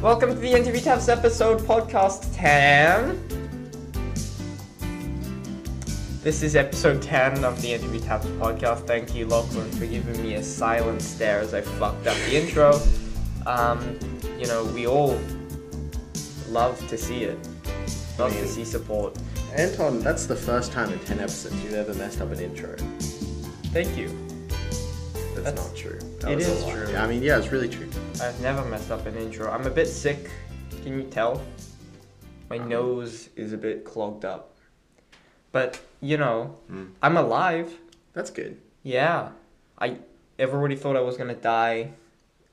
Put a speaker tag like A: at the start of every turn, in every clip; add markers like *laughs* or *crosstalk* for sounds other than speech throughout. A: Welcome to the NTV Tabs episode podcast 10. This is episode 10 of the NTV Tabs podcast. Thank you, Lachlan, for giving me a silent stare as I fucked up the intro. Um, you know, we all love to see it, love to
B: mean-
A: see support.
B: Anton, that's the first time in 10 episodes you've ever messed up an intro.
A: Thank you.
B: That's,
A: That's-
B: not true.
A: it
B: was a
A: is
B: lie.
A: true.
B: I mean, yeah, it's really true.
A: I've never messed up an intro. I'm a bit sick. Can you tell? My nose is a bit clogged up. But, you know,
B: Mm.
A: I'm alive.
B: That's good.
A: Yeah. I everybody thought I was going to die,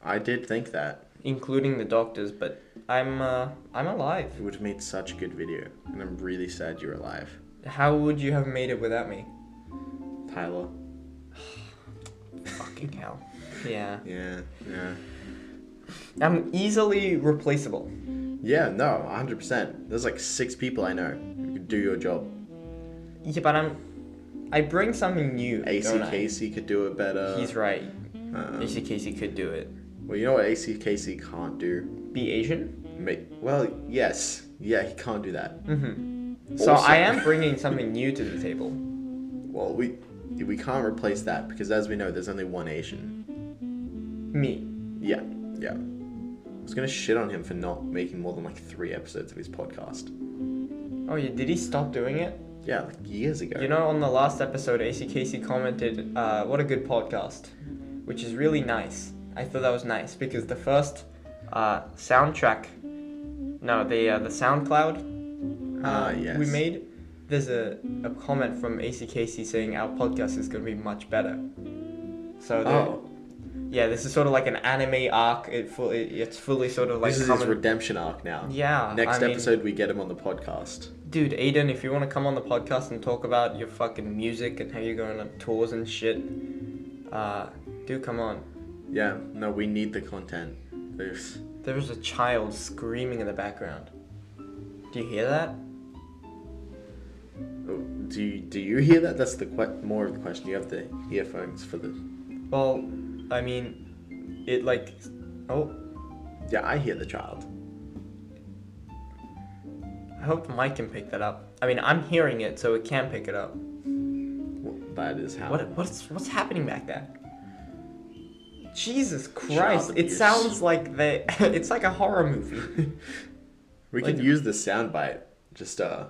B: I did think that.
A: including the doctors, but I'm uh, I'm alive.
B: It would have made such a good video, and I'm really sad you're alive.
A: How would you have made it without me?
B: Tyler.
A: Fucking hell. Yeah.
B: Yeah, yeah.
A: I'm easily replaceable.
B: Yeah, no, 100%. There's like six people I know who could do your job.
A: Yeah, but I'm I bring something new.
B: AC
A: don't I?
B: Casey could do it better.
A: He's right.
B: Um,
A: AC Casey could do it.
B: well, you know what AC Casey can't do?
A: Be Asian?
B: Make, well, yes. Yeah, he can't do that.
A: Mm-hmm. So
B: Also-
A: I am bringing something new to the table.
B: Well, we we can't replace that because, as we know, there's only one Asian.
A: Me.
B: Yeah, yeah. I was gonna shit on him for not making more than like three episodes of his podcast.
A: Oh yeah, did he stop doing it?
B: Yeah, like years ago.
A: You know, on the last episode, AC Casey commented, uh, "What a good podcast," which is really nice. I thought that was nice because the first uh, soundtrack, no, the uh, the SoundCloud uh,
B: Ah, yes.
A: we made. There's a, a comment from AC Casey saying our podcast is gonna be much better. So the-
B: Oh,
A: yeah, this is sort of like an anime arc. It, full, it it's fully sort of like
B: this is his
A: common-
B: redemption arc now.
A: yeah.
B: Next
A: I mean-
B: episode, we get him on the podcast.
A: Dude, Aiden, if you want to come on the podcast and talk about your fucking music and how you're going on tours and shit, uh, do come on.
B: Yeah, no, we need the content. There's
A: There was a child screaming in the background. Do you hear that?
B: oh, do you, do you hear that? That's the que- more of the question. You have the earphones for the.
A: Well, I mean, it like, oh,
B: Yeah, I hear the child.
A: I hope Mike can pick that up. I mean, I'm hearing it, so it can pick it up.
B: Well, that is how.
A: What what's what's happening back there? Jesus
B: Child
A: Christ! It
B: abuse.
A: sounds like they. *laughs* it's like a horror movie. *laughs*
B: we could
A: like-
B: use the soundbite. Just uh.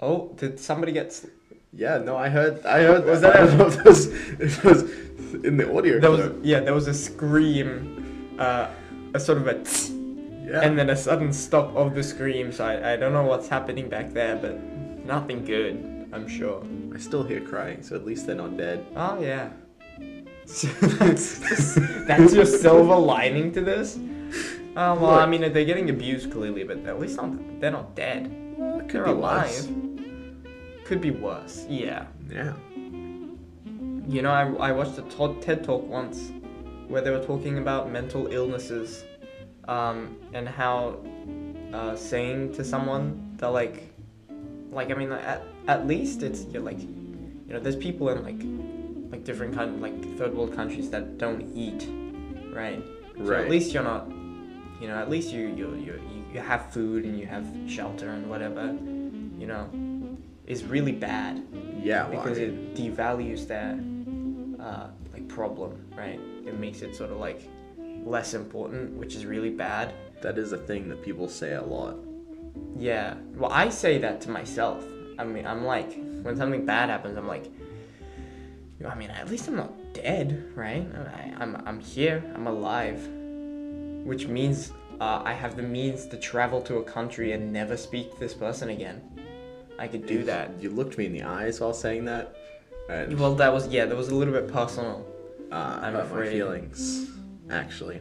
A: oh, did somebody get? Sl-
B: Yeah, no, I heard. I heard. Was that? *laughs* I don't know if it was, if it was in the audio.
A: There was
B: clip.
A: yeah, there was a scream, uh, a sort of a, tss,
B: Yeah.
A: and then a sudden stop of the scream. So I, I don't know what's happening back there, but nothing good, I'm sure.
B: I still hear crying, so at least they're not dead.
A: Oh yeah. *laughs* So that's, that's your silver lining to this. Oh well, I
B: Look.
A: mean they're getting abused clearly, but at least not, they're not dead.
B: Well, it
A: They're
B: could be
A: alive.
B: worse.
A: Could be worse. Yeah.
B: Yeah.
A: You know, I, I watched a Todd TED talk once where they were talking about mental illnesses um, and how uh, saying to someone that like, like I mean, at, at least it's you're like, you know, there's people in like, like different kind like third world countries that don't eat, right? So at
B: Right.
A: least you're not, you know, at least you you you you have food and you have shelter and whatever, you know, is really bad
B: Yeah. Well,
A: because
B: I mean,
A: it devalues their uh, like problem, right? It makes it sort of like less important, which is really bad.
B: that is a thing that people say a lot.
A: Yeah. Well, I say that to myself. I mean, I'm like, when something bad happens, I'm like, "You know, I mean, at least I'm not dead, right? I, I'm I'm here. I'm alive, which means uh, I have the means to travel to a country and never speak to this person again. I could do that.
B: You looked me in the eyes while saying that, and
A: Well, that was yeah, that was a little bit personal.
B: uh,
A: I'm
B: hurt
A: afraid.
B: my feelings. Actually.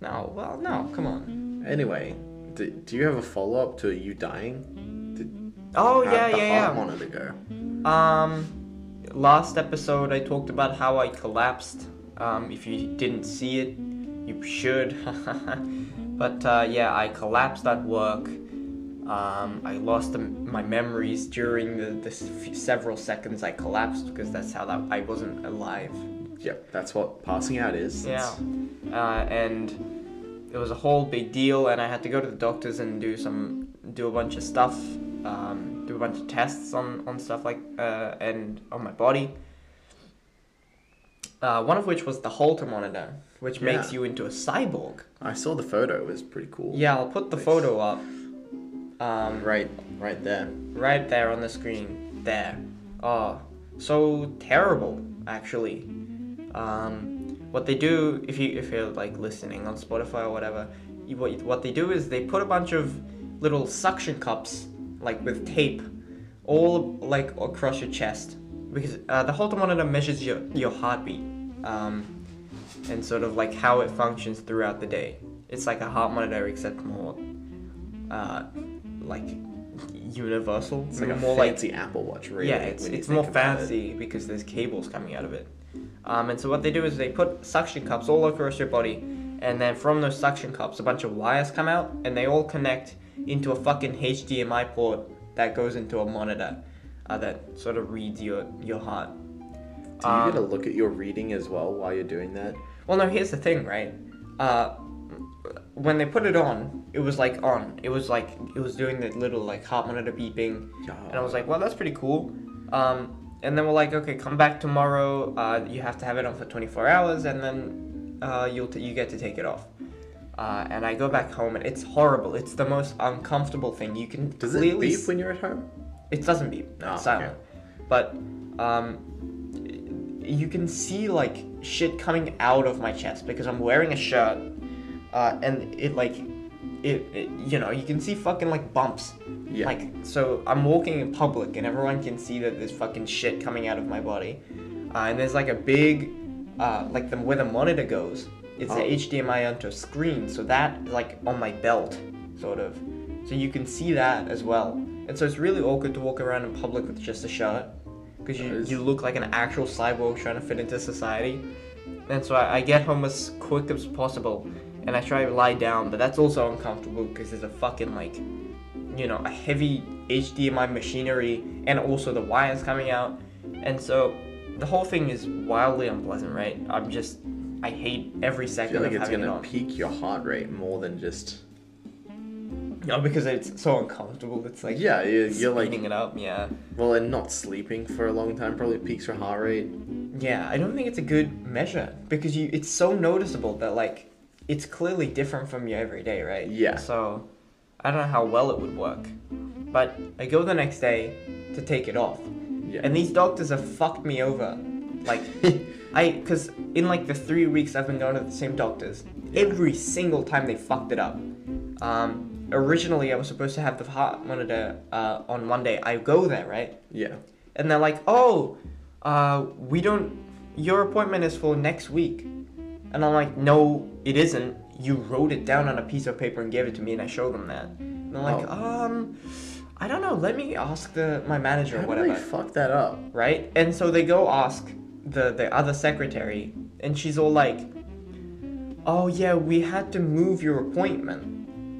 A: No, well, no, come on.
B: Anyway, do, do you have a follow up to you dying? Did,
A: Oh
B: how'd
A: yeah,
B: the heart
A: yeah,
B: monitor go?
A: yeah. Um, last episode I talked about how I collapsed. Um, if you didn't see it, you should. *laughs* but uh, yeah, I collapsed at work. Um, I lost the, my memories during the, the s- few- several seconds I collapsed because that's how that I wasn't alive.
B: Yep, that's what passing out is.
A: Yeah.
B: It's-
A: Uh, and it was a whole big deal, and I had to go to the doctors and do some do a bunch of stuff, um, do a bunch of tests on on stuff like uh, and on my body. Uh, one of which was the Holter monitor, which makes
B: Yeah.
A: you into a cyborg.
B: I saw the photo. It was pretty cool.
A: Yeah, I'll put the
B: Nice.
A: photo up. Um,
B: Right, right there.
A: right there on the screen. There. Oh, so terrible, actually. Um, what they do, if you if you're like listening on Spotify or whatever, you, what what they do is they put a bunch of little suction cups, like with tape, all like across your chest, because uh, the Holter monitor measures your your heartbeat, um, and sort of like how it functions throughout the day. It's like a heart monitor except more, uh, like universal.
B: It's like a
A: more like
B: fancy Apple Watch, really.
A: yeah, it's,
B: when you
A: it's
B: think
A: more
B: about it.
A: fancy because there's cables coming out of it. Um, and so what they do is they put suction cups all across your body, and then from those suction cups, a bunch of wires come out, and they all connect into a fucking HDMI port that goes into a monitor uh, that sort of reads your your heart.
B: Do you
A: um,
B: get a look at your reading as well while you're doing that?
A: Well, no, here's the thing, right? Uh, when they put it on, it was like on. It was like it was doing the little like heart monitor beeping,
B: Yeah.
A: and I was like, "Well, that's pretty cool." Um, and then we're like, "Okay, come back tomorrow. Uh, you have to have it on for 24 hours, and then uh, you'll t- you get to take it off." Uh, and I go back home, and it's horrible. It's the most uncomfortable thing. You can
B: Does it
A: clearly
B: beep
A: s-
B: when you're at home?
A: it doesn't beep. No,
B: Oh,
A: it's silent. But um, you can see like shit coming out of my chest because I'm wearing a shirt, uh, and it like, it, it you know you can see fucking like bumps.
B: Yeah.
A: Like so, I'm walking in public and everyone can see that there's fucking shit coming out of my body, uh, and there's like a big, uh, like the where the monitor goes. It's
B: Oh.
A: a HDMI onto a screen, so that like on my belt, sort of. So you can see that as well. And so it's really awkward to walk around in public with just a shirt, because you,
B: Nice.
A: you look like an actual cyborg trying to fit into society. And so I, I get home as quick as possible, and I try to lie down, but that's also uncomfortable because there's a fucking like, you know, a heavy HDMI machinery, and also the wires coming out, and so the whole thing is wildly unpleasant, right? I'm just, I hate every
B: I
A: second
B: feel like
A: of
B: it's
A: having it
B: gonna
A: on.
B: peak your heart rate more than just.
A: No, because it's so uncomfortable. It's like
B: Yeah, you're, you're like
A: speeding it up. Yeah,
B: well, and not sleeping for a long time probably peaks your heart rate.
A: yeah. I don't think it's a good measure because you. It's so noticeable that like, it's clearly different from your everyday, right?
B: Yeah.
A: So, I don't know how well it would work, but I go the next day to take it off,
B: Yeah.
A: and these doctors have fucked me over,
B: *laughs*
A: like. I, cause in like the three weeks I've been going to the same doctors, every single time they fucked it up. Um, originally I was supposed to have the heart monitor uh, on Monday. I go there, right?
B: yeah.
A: and they're like, "Oh, uh, we don't. Your appointment is for next week," and I'm like, "No, it isn't. You wrote it down on a piece of paper and gave it to me, and I showed them that." And they're like,
B: Oh.
A: "Um, I don't know. Let me ask the my manager or
B: How do
A: whatever."
B: they fuck that up?
A: right? And so they go ask the the other secretary, and she's all like, "Oh yeah, we had to move your appointment."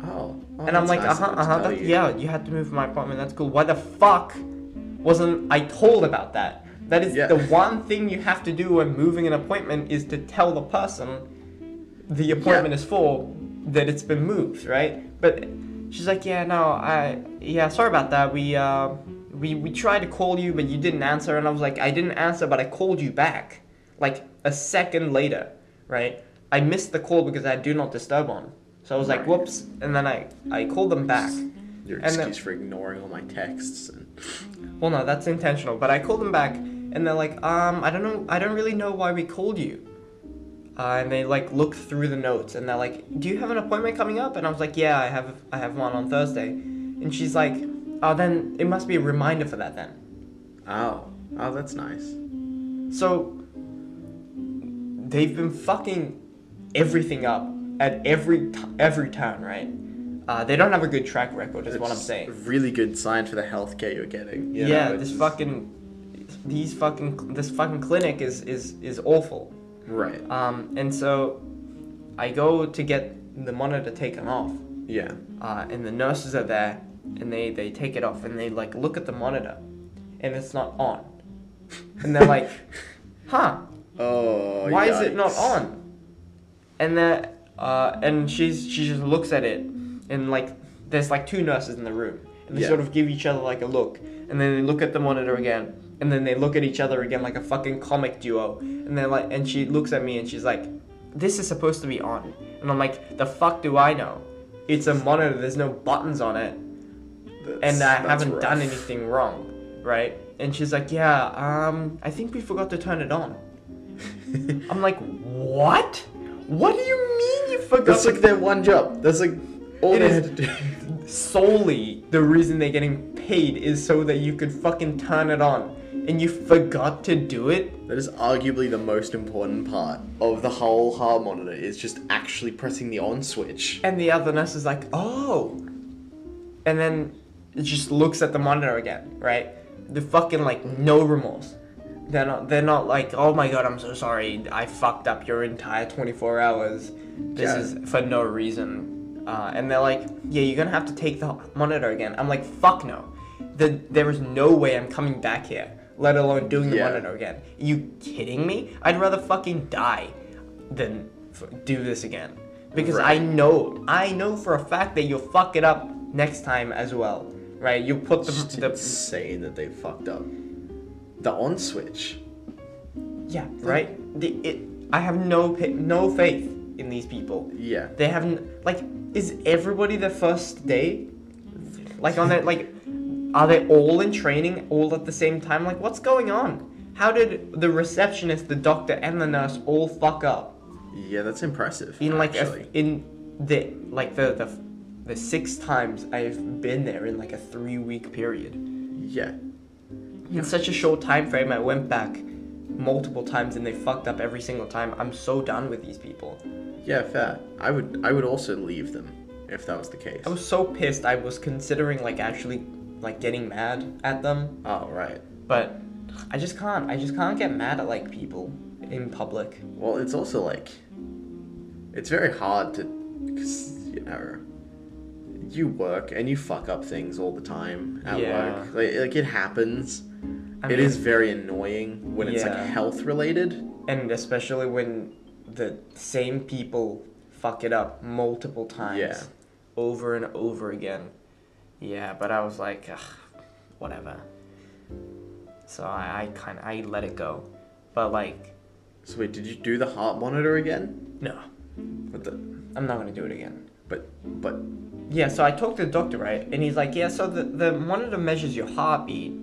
B: Oh. oh,
A: And I'm
B: that's
A: like, uh
B: nice of
A: huh,
B: them to
A: uh huh,
B: tell
A: that-
B: you.
A: yeah, you had to move my apartment. That's cool. Why the fuck wasn't I told about that? That is
B: Yeah.
A: the one thing you have to do when moving an appointment is to tell the person the appointment is for that it's been moved, right? But she's like, yeah, no, I, yeah, sorry about that. We, uh, we, we tried to call you, but you didn't answer. And I was like, I didn't answer, but I called you back, like a second later, right? I missed the call because I do not disturb on. So I was like,
B: Right.
A: whoops, and then I, I called them back.
B: Your
A: and then-
B: excuse for ignoring all my texts and.
A: Well, no, that's intentional. But I called them back, and they're like, um, I don't know, I don't really know why we called you. Uh, and they like looked through the notes, and they're like, Do you have an appointment coming up? And I was like, Yeah, I have, I have one on Thursday. And she's like, Oh, then it must be a reminder for that then.
B: Oh. Oh, that's nice.
A: So they've been fucking everything up at every t- every town, right? Uh, they don't have a good track record, is what I'm
B: It's
A: saying.
B: a Really good sign for the healthcare you're getting. you
A: yeah,
B: know,
A: this
B: it's-
A: fucking, these fucking, this fucking clinic is is is awful.
B: Right.
A: Um, and so, I go to get the monitor taken off,
B: Yeah.
A: uh, and the nurses are there, and they they take it off, and they like look at the monitor, and it's not on, and they're
B: *laughs*
A: like, huh,
B: Oh.
A: why is it not
B: yikes.
A: on? And then uh, and she's she just looks at it, and like there's like two nurses in the room, and they
B: Yeah.
A: sort of give each other like a look, and then they look at the monitor again, and then they look at each other again like a fucking comic duo, and they're like, and she looks at me and she's like, this is supposed to be on, and I'm like, the fuck do I know? It's a monitor. There's no buttons on it and I haven't done anything wrong, right? And she's like, yeah, um, I think we forgot to turn it on.
B: *laughs* anything.
A: I'm like, what? What do you mean you forgot?
B: That's
A: to-"
B: like their one job. That's like all
A: It
B: they
A: is-
B: had to
A: *laughs*
B: do.
A: solely the reason they're getting paid is so that you could fucking turn it on, and you forgot to do it.
B: That is arguably the most important part of the whole hard monitor is just actually pressing the on switch.
A: And the other nurse is like, oh. And then it just looks at the monitor again, right? The fucking like no remorse. They're not they're not like, oh my god, I'm so sorry, I fucked up your entire twenty four hours. This
B: Yeah.
A: is for no reason. Uh, and they're like, yeah, you're gonna have to take the monitor again. I'm like, fuck no. The, there is no way I'm coming back here, let alone doing the
B: Yeah.
A: monitor again. you kidding me? I'd rather fucking die than f- do this again. Because I
B: Right.
A: know, I know for a fact that you'll fuck it up next time as well, right? You put the,
B: It's just
A: the
B: insane that they fucked up the on switch.
A: yeah, right? The, it, I have no pa- no faith in these people.
B: Yeah.
A: They haven't like is everybody the first day? Like on their like are they all in training all at the same time? Like what's going on? How did the receptionist, the doctor, and the nurse all fuck up?
B: Yeah, that's impressive.
A: in like a,
B: actually.
A: in the like the, the the six times I've been there in like a three week period.
B: yeah.
A: In such a short time frame, I went back multiple times and they fucked up every single time. I'm so done with these people.
B: Yeah, fair. I would I would also leave them if that was the case.
A: I was so pissed. I was considering like actually like getting mad at them,
B: Oh right.
A: but I just can't. I just can't get mad at like people in public.
B: Well, it's also like it's very hard to cuz you know you work and you fuck up things all the time at
A: Yeah.
B: work. Like, like it happens.
A: I
B: It
A: mean-
B: is very annoying when it's like
A: Yeah.
B: health related.
A: and especially when the same people fuck it up multiple times
B: Yeah.
A: over and over again yeah but i was like Ugh, whatever so i, I kind of i let it go but like
B: So wait, did you do the heart monitor again?
A: no
B: What the
A: i'm not gonna do it again
B: but but
A: yeah so i talked to the doctor right and he's like yeah so the, the monitor measures your heartbeat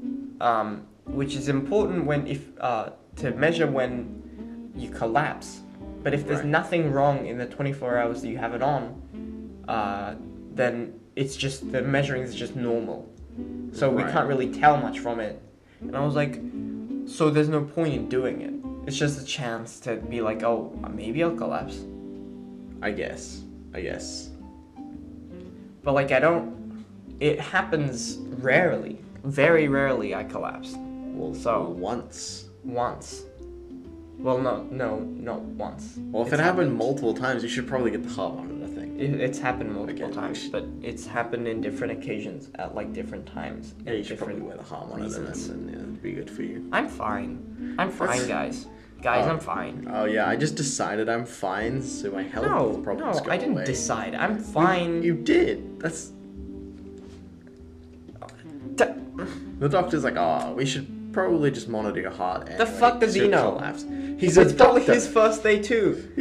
A: um, which is important when if uh, to measure when you collapse but if there's
B: Right.
A: nothing wrong in the 24 hours that you have it on uh, then it's just the measuring is just normal so we
B: Right.
A: can't really tell much from it and i was like so there's no point in doing it it's just a chance to be like oh maybe i'll collapse
B: I guess. I guess.
A: But like I don't it happens rarely. Very rarely I collapse.
B: Well,
A: So-
B: once.
A: Once. Well no, no, not once.
B: Well, if
A: It's
B: it happened, multiple times, you should probably get the heart monitor thing.
A: it, it's happened multiple
B: Okay.
A: times, but it's happened in different occasions at like different times.
B: Yeah,
A: and
B: you should
A: different-
B: probably wear the heart monitor
A: reasons.
B: then, and yeah, it'd be good for you.
A: I'm fine. I'm fine, guys. Guys,
B: Oh.
A: I'm fine.
B: Oh yeah, I just decided I'm fine, so my health
A: No,
B: problems
A: no,
B: go
A: I didn't
B: away.
A: decide. I'm fine.
B: You did. That's
A: T-
B: the doctor's like, oh, we should probably just monitor your heart. Anyway.
A: fuck does he
B: so it
A: know?
B: collapse." He's
A: it's
B: a
A: probably
B: doctor.
A: his first day too.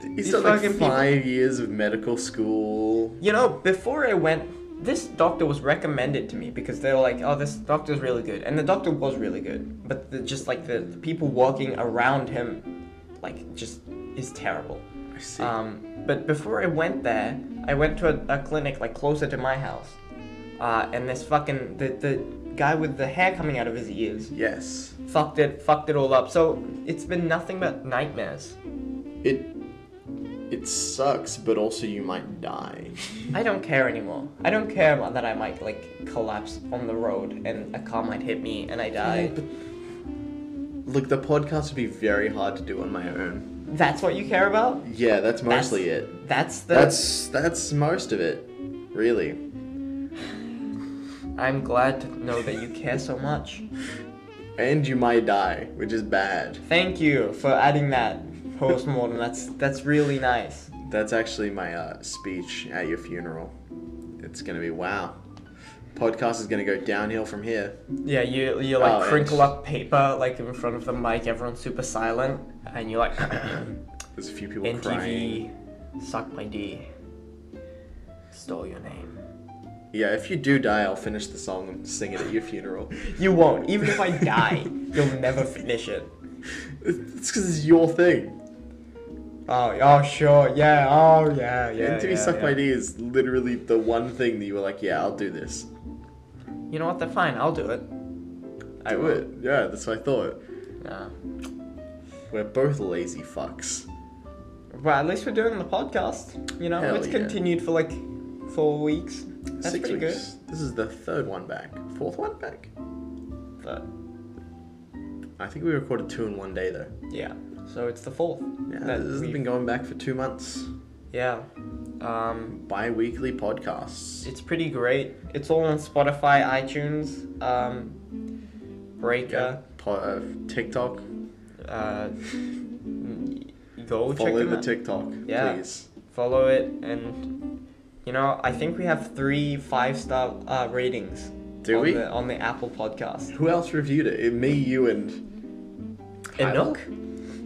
B: He's
A: these
B: done like
A: fucking people.
B: five years of medical school.
A: You know, before I went, this doctor was recommended to me because they were like, "Oh, this doctor's really good," and the doctor was really good. But the, just like the, the people walking around him, like, just is terrible.
B: I see.
A: Um, but before I went there, I went to a, a clinic like closer to my house, uh, and this fucking the the guy with the hair coming out of his ears
B: yes.
A: fucked it fucked it all up. So it's been nothing but nightmares.
B: It it sucks, but also you might die.
A: I don't care anymore. I don't care about that I might like collapse on the road and a car might hit me and I die.
B: Look, the podcast would be very hard to do on my own.
A: That's what you care about?
B: Yeah, that's mostly it.
A: That's the
B: That's that's most of it, really.
A: I'm glad to know that you care so much.
B: And you might die, which is bad.
A: Thank you for adding that postmortem. That's that's really nice.
B: That's actually my uh, speech at your funeral. It's gonna be wow. Podcast is gonna go downhill from here.
A: Yeah, you you like
B: Oh, yeah.
A: crinkle up paper like in front of the mic. Everyone's super silent, and you're like *coughs*
B: There's a few people crying.
A: NTV, suck my D, stole your name.
B: Yeah, if you do die, I'll finish the song and sing it at your funeral.
A: You won't. Even if I *laughs* die, you'll never finish it.
B: It's because it's your thing.
A: Oh, oh, sure, yeah, oh, yeah, yeah.
B: NTV Suck My D is literally the one thing that you were like, yeah, I'll do this.
A: You know what? They're fine. I'll do it.
B: I would. Yeah, that's what I thought.
A: Yeah.
B: We're both lazy fucks.
A: Well, at least we're doing the podcast. You know,
B: Hell
A: it's
B: yeah.
A: continued for like four weeks. That's
B: Six
A: pretty
B: weeks. This is the third one back. Fourth one back.
A: good. But,
B: I think we recorded two in one day though.
A: yeah. So it's the fourth.
B: Yeah,
A: that
B: this has
A: we've-
B: been going back for two months.
A: Yeah. Um,
B: Bi-weekly podcasts.
A: it's pretty great. It's all on Spotify, iTunes, um, Breaker.
B: Po- uh, TikTok.
A: Uh, *laughs* go check
B: Follow
A: them
B: the
A: out.
B: TikTok,
A: Yeah.
B: please.
A: follow it and you know i think we have three five star uh, ratings
B: Do
A: on
B: we?
A: the, on the apple podcast
B: Who else reviewed it? it? Me, you, and Tyler?
A: Enoch?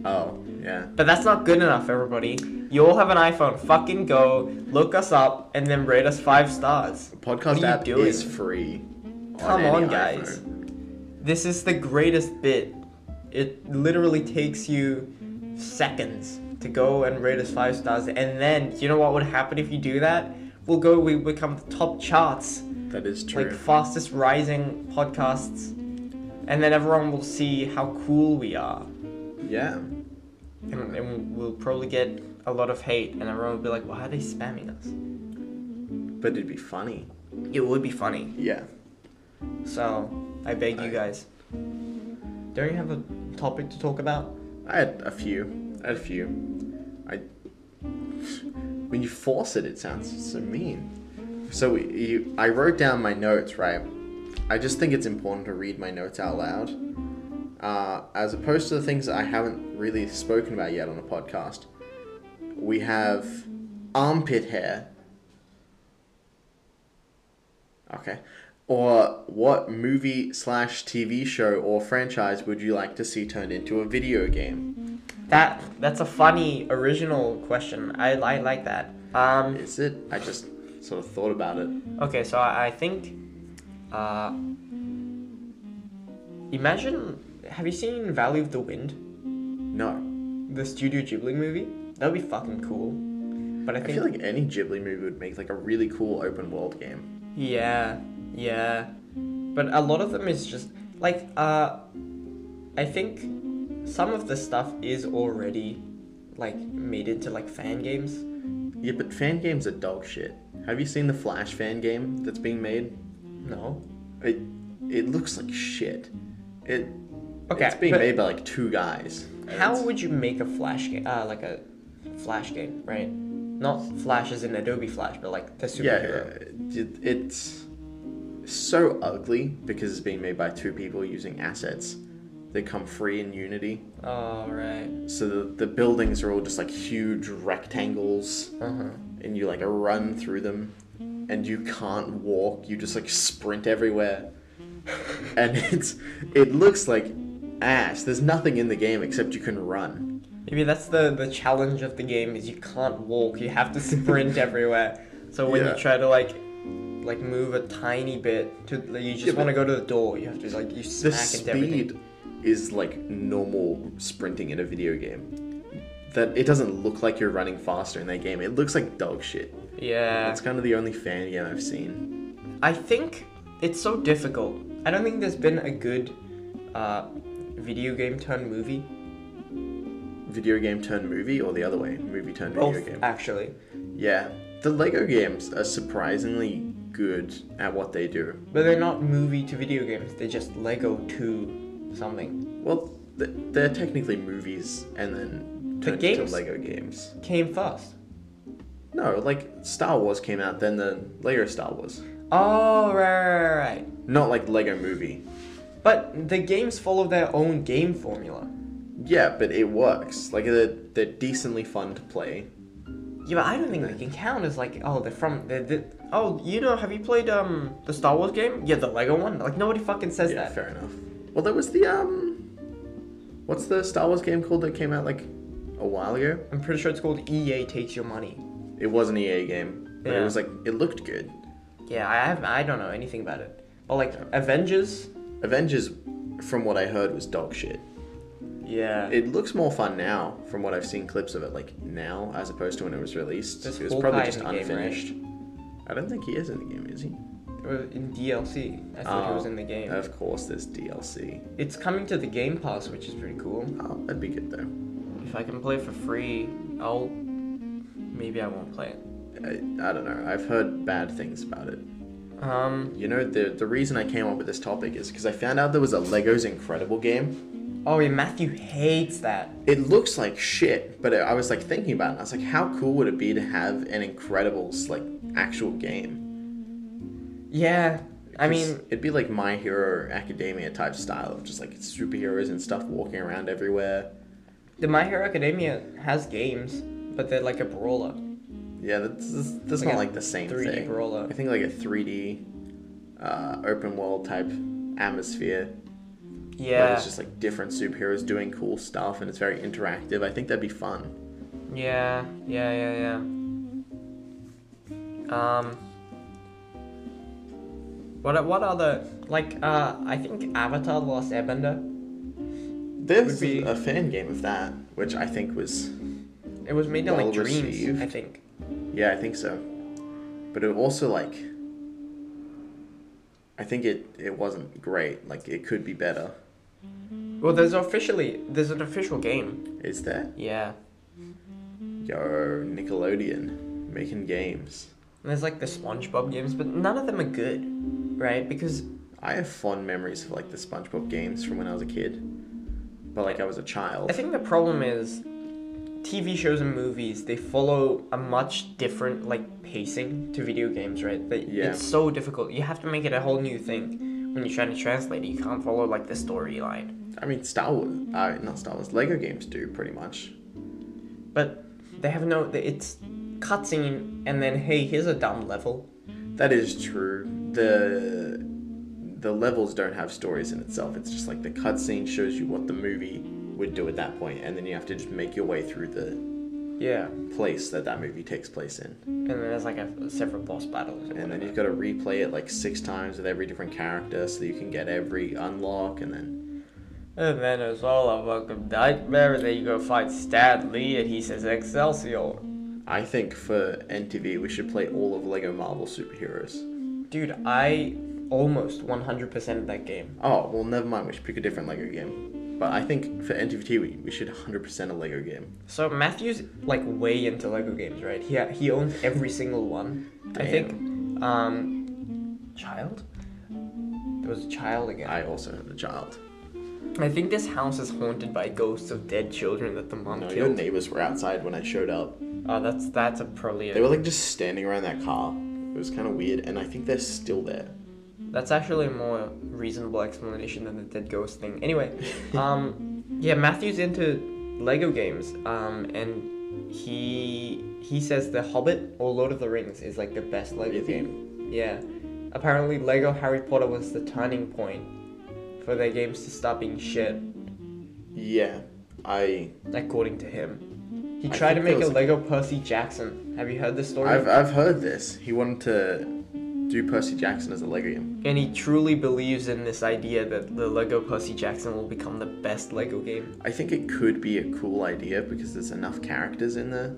B: oh yeah.
A: but that's not good enough everybody you all have an iphone fucking go look us up and then rate us five stars
B: Podcast
A: What are you
B: app
A: doing?
B: is free.
A: come
B: any
A: on guys
B: iPhone.
A: this is the greatest bit it literally takes you seconds to go and rate us five stars and then you know what would happen if you do that we'll go we become the top charts
B: That is true.
A: like fastest rising podcasts and then everyone will see how cool we are
B: yeah.
A: and, and we'll probably get a lot of hate and everyone will be like why are they spamming us
B: But it'd be funny.
A: it would be funny
B: Yeah.
A: so i beg you guys don't you have a topic to talk about
B: I had a few. I had a few. I. When you force it, it sounds so mean. So we, you, I wrote down my notes, right? I just think it's important to read my notes out loud, uh, as opposed to the things that I haven't really spoken about yet on the podcast. We have armpit hair. Okay. Or what movie slash TV show or franchise would you like to see turned into a video game?
A: that that's a funny original question i, I like that um
B: Is it? I just sort of thought about it.
A: Okay, so I, I think. Uh, imagine. Have you seen Valley of the Wind?
B: No.
A: The Studio Ghibli movie? That would be fucking cool. But I
B: I
A: think.
B: feel like any Ghibli movie would make like a really cool open world game.
A: Yeah, yeah. But a lot of them is just. Like, uh. I think some of the stuff is already, like, made into, like, fan games.
B: Yeah, but fan games are dog shit. Have you seen the Flash fan game that's being made?
A: No?
B: It it looks like shit. It
A: Okay,
B: it's being
A: but-
B: made by like two guys. and
A: How
B: it's-
A: would you make a flash game? Uh, like a flash game, right? Not flash as in Adobe Flash, but like the
B: yeah, uh,
A: superhero.
B: it- it's so ugly because it's being made by two people using assets. They come free in Unity,
A: Oh right.
B: so the, the buildings are all just like huge rectangles,
A: Uh-huh.
B: and you like run through them, and you can't walk. You just like sprint everywhere, *laughs* and it's it looks like ass. There's nothing in the game except you can run.
A: Maybe that's the the challenge of the game is you can't walk. You have to sprint everywhere. So when
B: Yeah.
A: you try to like like move a tiny bit to you just
B: Yeah, but-
A: want to go to the door. You have to like you
B: The
A: smack into everything.
B: speed is like normal sprinting in a video game. That it doesn't look like you're running faster in that game. It looks like dog shit.
A: Yeah.
B: That's kind of the only fan game I've seen.
A: I think it's so difficult. I don't think there's been a good uh, video game turned movie.
B: Video game turned movie or the other way, movie turned video
A: Both
B: game.
A: actually.
B: Yeah, the Lego games are surprisingly good at what they do.
A: But they're not movie to video games. They're just Lego to something.
B: Well, th- they're technically movies and then
A: The
B: turned into
A: games-
B: Lego games.
A: Came first.
B: No, like Star Wars came out, then the Lego Star Wars.
A: Oh right, right, right, right.
B: Not like Lego Movie.
A: But the games follow their own game formula.
B: Yeah, but it works. Like they're, they're decently fun to play.
A: Yeah, but I don't think they can count as like, oh, they're from. They're, they oh, you know, have you played um the Star Wars game? Yeah, the Lego one. Like nobody fucking says
B: Yeah,
A: that.
B: fair enough. Well, there was the um, what's the Star Wars game called that came out like a while ago?
A: I'm pretty sure it's called EA takes your money.
B: It was an EA game, but it
A: Yeah.
B: was like it looked good.
A: Yeah, I have. I don't know anything about it. But like Avengers.
B: Avengers, from what I heard, was dog shit.
A: Yeah.
B: It looks more fun now, from what I've seen clips of it, like now as opposed to when it was released.
A: There's
B: it was probably
A: Hawkeye
B: just
A: in the game, right?
B: unfinished. I don't think he is in the game, is he?
A: Or in DLC. I thought it was
B: Oh,
A: in the game.
B: Of course, there's DLC.
A: It's coming to the Game Pass, which is pretty cool.
B: Oh, that'd be good though.
A: If I can play for free, I'll. Maybe I won't play it.
B: I, I don't know. I've heard bad things about it.
A: Um.
B: You know, the the reason I came up with this topic is because I found out there was a Legos Incredible game.
A: Oh yeah, Matthew hates that.
B: It looks like shit, but I was like thinking about it. And I was like, how cool would it be to have an Incredibles like actual game?
A: Yeah. I
B: 'Cause
A: mean,
B: it'd be like My Hero Academia type style of just like superheroes and stuff walking around everywhere.
A: the My Hero Academia has games, but they're like a brawler.
B: Yeah, that's that's, that's
A: Like
B: not
A: a
B: like the same
A: 3D
B: thing.
A: brawler.
B: I think like a 3D uh, open world type atmosphere. Yeah.
A: Yeah.
B: it's just like different superheroes doing cool stuff and it's very interactive. I think that'd be fun.
A: Yeah. Yeah. Yeah. Yeah. Um. What what other like uh I think Avatar: The Last Airbender.
B: There
A: Would
B: was
A: be-
B: a fan game of that, which I think was
A: It was made in like
B: Well
A: dreams, I
B: received.
A: think.
B: yeah, I think so. But it also like I think it it wasn't great. Like it could be better.
A: Well, there's officially there's an official game.
B: Is there?
A: Yeah.
B: Yo, Nickelodeon making games.
A: And there's like the SpongeBob games, but none of them are good, right? Because
B: I have fond memories of like the SpongeBob games from when I was a kid. But like I was a child.
A: I think the problem is TV shows and movies, they follow a much different like pacing to video games, right? They,
B: Yeah.
A: It's so difficult. You have to make it a whole new thing when you're trying to translate it. You can't follow like the storyline.
B: I mean Star Wars uh, not Star Wars, Lego games do pretty much.
A: But they have no they- it's cutscene and then hey, here's a dumb level.
B: That is true. The the levels don't have stories in itself. It's just like the cutscene shows you what the movie would do at that point, and then you have to just make your way through the
A: Yeah.
B: place that that movie takes place in.
A: And then there's like a several boss battles. or
B: And then
A: whatever.
B: you've got to replay it like six times with every different character so you can get every unlock. And then
A: And then it's all a fucking nightmare. And then you go fight Stan Lee and he says Excelsior.
B: I think for NTV we should play all of Lego Marvel superheroes.
A: Dude, I almost 100% of that game.
B: Oh well, never mind. We should pick a different Lego game. But I think for NTVT we, we should 100% a Lego game.
A: So Matthew's like way into Lego games, right? He he owns every single one. I think. Um, child. There was a child again. I,
B: I also had a child.
A: think this house is haunted by ghosts of dead children that the mom
B: No, your
A: killed.
B: neighbors were outside when I showed up.
A: Oh, that's that's a probably
B: They
A: a,
B: were like just standing around that car. It was kind of weird, and I think they're still there.
A: that's actually a more reasonable explanation than the dead ghost thing.
B: *laughs*
A: Anyway, um, yeah, Matthew's into Lego games. Um, and he he says The Hobbit or Lord of the Rings is like the best Lego
B: Really?
A: game. Yeah. Apparently, Lego Harry Potter was the turning point for their games to stop being shit,
B: Yeah, I
A: according to him. He
B: I
A: tried to
B: think there
A: make a
B: was a-
A: Lego Percy Jackson. Have you heard this story?
B: I've I've heard this. He wanted to do Percy Jackson as a Lego game.
A: And he truly believes in this idea that the Lego Percy Jackson will become the best Lego game.
B: I think it could be a cool idea because there's enough characters in the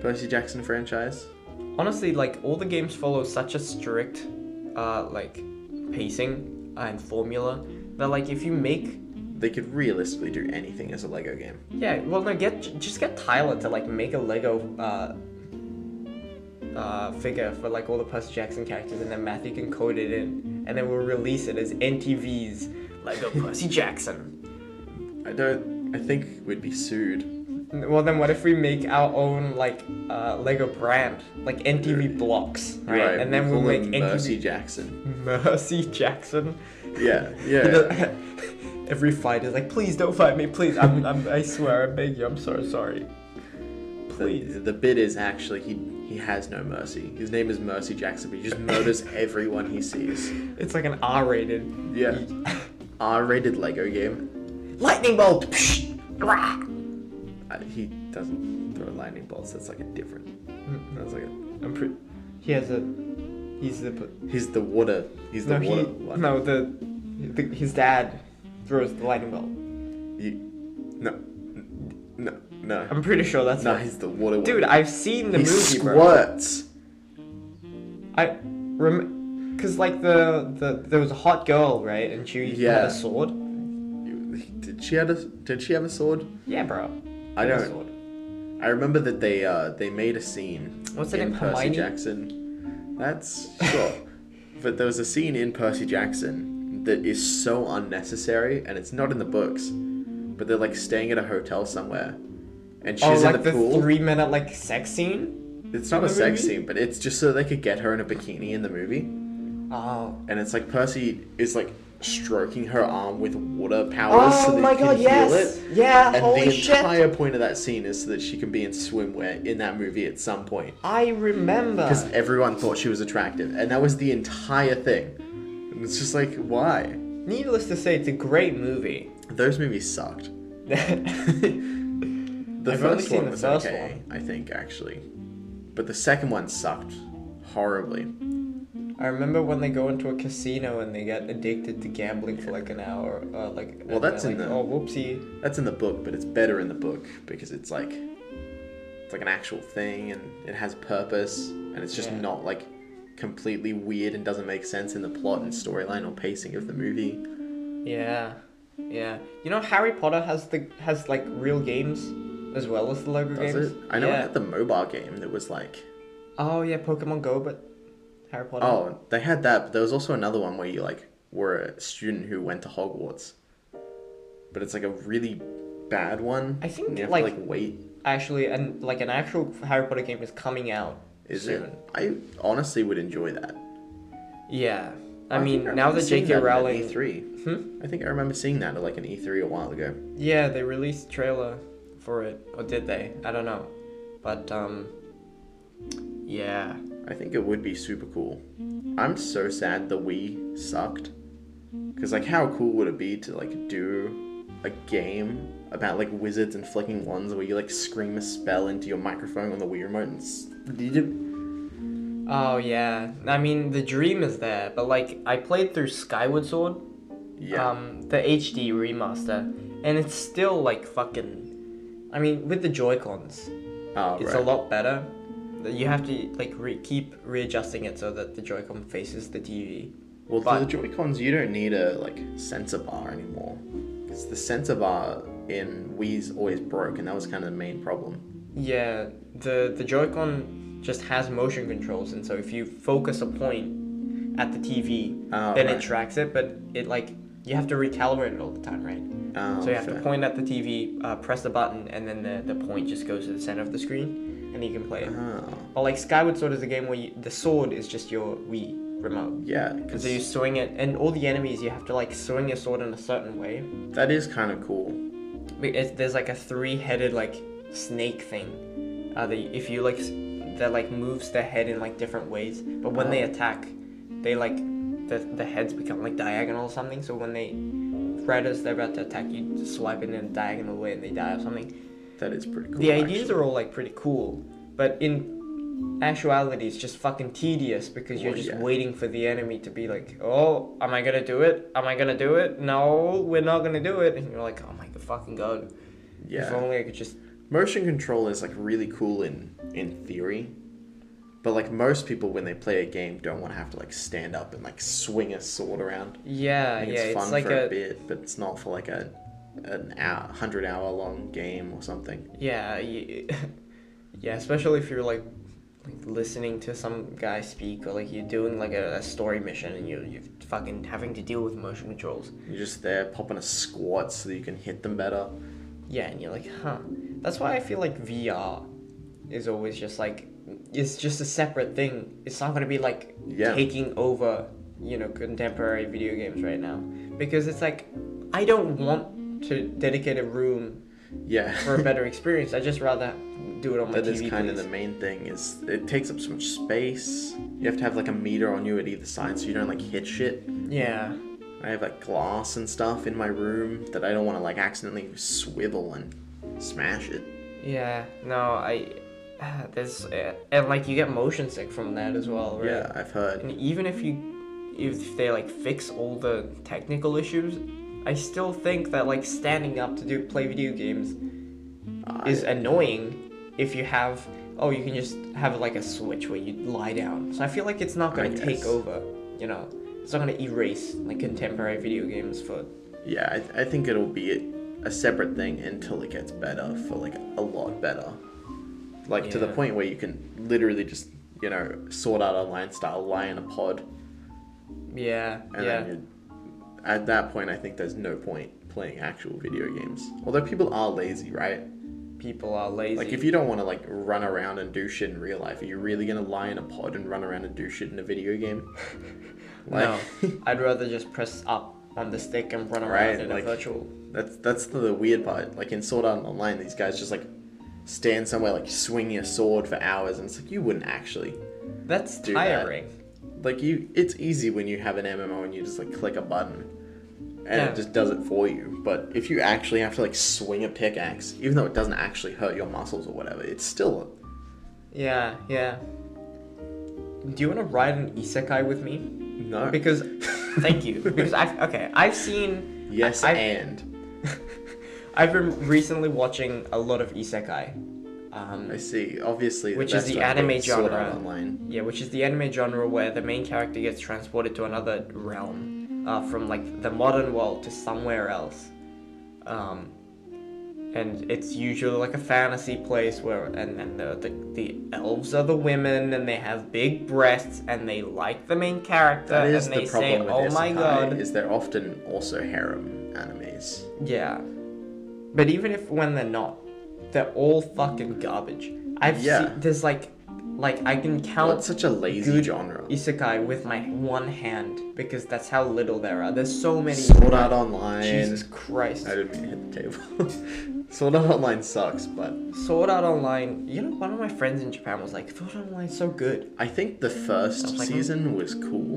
B: Percy Jackson franchise.
A: Honestly, like all the games follow such a strict, uh, like, pacing and formula that like if you make
B: They could realistically do anything as a Lego game.
A: Yeah, well, no, get j- just get Tyler to like make a Lego uh, uh, figure for like all the Percy Jackson characters, and then Matthew can code it in, and then we'll release it as NTV's Lego Percy Jackson.
B: I don't. I think we'd be sued.
A: N- Well, then what if we make our own like uh, Lego brand, like NTV Blocks, right? And then we'll
B: call
A: make
B: him Percy
A: NTV
B: Jackson.
A: Mercy Jackson.
B: Yeah,
A: You know, *laughs*
B: yeah. *laughs*
A: Every fight is like, please don't fight me, please. I'm, I'm, I swear, I beg you, I'm so sorry. please.
B: The, the bit is actually he he has no mercy. His name is Mercy Jackson, but he just murders
A: *laughs*
B: everyone he sees.
A: It's like an R-rated. *laughs*
B: Yeah. R-rated Lego game. Lightning bolt. Rah! Uh, he doesn't throw lightning bolts. That's like a different. That's like a.
A: I'm pretty. He has a. He's the.
B: He's the water. He's the
A: no,
B: water.
A: he.
B: one.
A: No, the, the. His dad throws the lightning bolt.
B: You, no. No. No.
A: I'm pretty sure that's.
B: No.
A: it.
B: He's the water. one.
A: Dude, I've seen the
B: he
A: movie, bro.
B: squirts.
A: I rem, cause like the the there was a hot girl, right? And she had
B: Yeah.
A: a sword.
B: You- Did she have a Did she have a sword?
A: Yeah, bro.
B: I
A: She had a
B: don't-
A: sword.
B: I remember that they uh they made a scene.
A: What's her
B: in
A: name,
B: Percy
A: Hermione?
B: Jackson. That's sure.
A: *laughs*
B: but there was a scene in Percy Jackson that is so unnecessary, and it's not in the books. But they're like staying at a hotel somewhere, and she's
A: Oh,
B: in
A: like
B: the,
A: the,
B: pool.
A: three minute like sex scene.
B: It's not
A: in
B: a
A: the
B: sex
A: movie?
B: scene, but it's just so they could get her in a bikini in the movie.
A: Oh.
B: And it's like Percy is like stroking her arm with water
A: Oh
B: powers so that he can heal it.
A: Yeah.
B: And the entire point of that scene is so that she can be in swimwear in that movie at some point.
A: I remember.
B: Because everyone thought she was attractive. And that was the entire thing. And it's just like, why?
A: Needless to say, it's a great movie. *laughs*
B: Those movies sucked. The
A: I've only
B: first
A: seen
B: one
A: the
B: was
A: first
B: okay, I think, actually. But the second one sucked horribly.
A: I remember when they go into a casino and they get addicted to gambling for like an hour. Uh, like
B: Well,
A: and they're
B: that's in
A: like,
B: the-
A: Oh, whoopsie.
B: That's in the book, but it's better in the book because it's like it's like an actual thing and it has purpose and it's just
A: Yeah.
B: not like completely weird and doesn't make sense in the plot and storyline or pacing of the movie.
A: Yeah, yeah. You know, Harry Potter has the has like real games as well as the Lego
B: Does
A: games.
B: it? I know I
A: Yeah.
B: had the mobile game that was like
A: Oh yeah, Pokemon Go, but Harry Potter.
B: oh, they had that, but there was also another one where you like were a student who went to Hogwarts. But it's like a really bad one.
A: I think,
B: and you have
A: like-
B: to like wait.
A: Actually, and like an actual Harry Potter game is coming out
B: Is
A: soon.
B: it? I honestly would enjoy that.
A: Yeah. I,
B: think
A: mean,
B: remember
A: now that
B: seeing
A: J.K.
B: at
A: Rowling.
B: E3.
A: Hmm?
B: I think I remember seeing that at like an E3 a while ago.
A: Yeah, they released trailer for it, or did they? I don't know, but um. Yeah.
B: I think it would be super cool. I'm so sad the Wii sucked. Cause like how cool would it be to like do a game about like wizards and flicking wands where you like scream a spell into your microphone on the Wii remote and s-
A: Oh yeah. I mean, the dream is there, but like I played through Skyward Sword,
B: yeah.
A: um, the HD remaster, and it's still like fucking. I mean, with the Joy Cons,
B: oh,
A: it's a
B: right.
A: lot better. You have to like re- keep readjusting it so that the Joy-Con faces the TV.
B: Well,
A: But-
B: for the Joy Cons, you don't need a like sensor bar anymore, because the sensor bar in Wii's always broke, and that was kind of the main problem.
A: Yeah, the the Joy-Con just has motion controls, and so if you focus a point at the TV,
B: Oh,
A: then it
B: right.
A: tracks it. But it like you have to recalibrate it all the time, right?
B: Um,
A: so you have to point at the TV, uh, press the button, and then the, the point just goes to the center of the screen, and you can play it.
B: Oh,
A: Or like Skyward Sword is a game where you, the sword is just your Wii remote.
B: yeah,
A: And
B: 'cause
A: so you swing it, and all the enemies you have to like swing your sword in a certain way.
B: that is kind of cool.
A: It's, there's like a three-headed like snake thing. Uh, that if you like, s- that like moves their head in like different ways. But when they attack, they like the the heads become like diagonal or something. So when they right as they're about to attack, you just swipe it in a diagonal way and they die or something.
B: That is pretty cool.
A: The ideas are all like pretty cool, but in actuality, it's just fucking tedious because you're
B: Well,
A: just
B: Oh, yeah.
A: waiting for the enemy to be like, "Oh, am I gonna do it? Am I gonna do it? No, we're not gonna do it." And you're like, "Oh my fucking god."
B: yeah.
A: If only I could just.
B: Motion control is like really cool in in theory, but like most people when they play a game don't want to have to like stand up and like swing a sword around.
A: Yeah,
B: Like,
A: yeah,
B: it's
A: it's,
B: fun
A: like
B: for a,
A: a,
B: bit, but it's not for like a an hour, hundred hour long game or something.
A: yeah, y- *laughs* yeah. Especially if you're like, like listening to some guy speak, or like you're doing like a, a story mission, and you you're fucking having to deal with motion controls.
B: You're just there popping a squat so that you can hit them better.
A: Yeah, and you're like, huh. That's why I feel like VR is always just like it's just a separate thing. It's not gonna be like
B: Yeah.
A: taking over, you know, contemporary video games right now because it's like I don't want to dedicate a room
B: yeah.
A: *laughs* for a better experience. I would just rather do it on my
B: *laughs* That is
A: TV.
B: kind of the
A: please.
B: main thing. Is it takes up so much space. You have to have like a meter on you at either side, so you don't like hit shit.
A: yeah.
B: I have like glass and stuff in my room that I don't want to like accidentally swivel and smash it.
A: Yeah. No, I. *sighs* There's uh, and like you get motion sick from that as well, right?
B: Yeah, I've heard.
A: And even if you, if they like fix all the technical issues, I still think that like standing up to do play video games
B: I-
A: is annoying. If you have, oh, you can just have like a switch where you lie down. So I feel like it's not
B: I
A: gonna take
B: guess.
A: over. You know, it's not gonna erase like contemporary video games for.
B: yeah, I, I think it'll be a, a separate thing until it gets better for like a lot better. Like to the
A: Yeah.
B: point where you can literally just, you know, sort out a line style, lie in a pod,
A: Yeah.
B: and
A: yeah.
B: then you at that point I think there's no point playing actual video games. Although people are lazy, right?
A: People are lazy.
B: Like if you don't want to like run around and do shit in real life, are you really gonna lie in a pod and run around and do shit in a
A: *laughs*
B: video game?
A: no, *laughs* I'd rather just press up on the stick and run around
B: Right,
A: in
B: like-
A: a virtual.
B: That's that's the weird part. Like in Sword Art Online, these guys just like stand somewhere like swinging a sword for hours, and it's like you wouldn't actually.
A: That's
B: do that.
A: tiring.
B: Like you, it's easy when you have an MMO and you just like click a button, and
A: Yeah.
B: it just does it for you. But if you actually have to like swing a pickaxe, even though it doesn't actually hurt your muscles or whatever, it's still
A: Yeah, yeah. Do you want to ride an isekai with me?
B: no.
A: Because, thank you. Because
B: *laughs*
A: I've okay, I've seen.
B: yes,
A: I-
B: and
A: *laughs* I've been recently watching a lot of isekai.
B: I
A: Um,
B: see. Obviously,
A: Which is
B: best
A: the
B: one
A: anime
B: is Sword Art
A: genre.
B: Online.
A: yeah, which is the anime genre where the main character gets transported to another realm, uh, from like the modern world to somewhere else. Um, and it's usually like a fantasy place where and, and the, the the elves are the women and they have big breasts and they like the main character
B: That is
A: and they
B: the problem
A: say
B: with
A: Uh, oh my
B: isekai,
A: god
B: Is they're often also harem animes.
A: yeah but even if when they're not they're all fucking garbage i've
B: Yeah.
A: seen there's like like i can count
B: That's such a lazy
A: good
B: genre.
A: isekai with my one hand because that's how little there are there's so many
B: Sword Art Online.
A: jesus christ
B: I didn't mean to hit the table. *laughs* Sword Art Online sucks, but
A: sword art online you know one of my friends in japan was like sword art online's so good
B: I think the first
A: Sounds like me.
B: season was cool,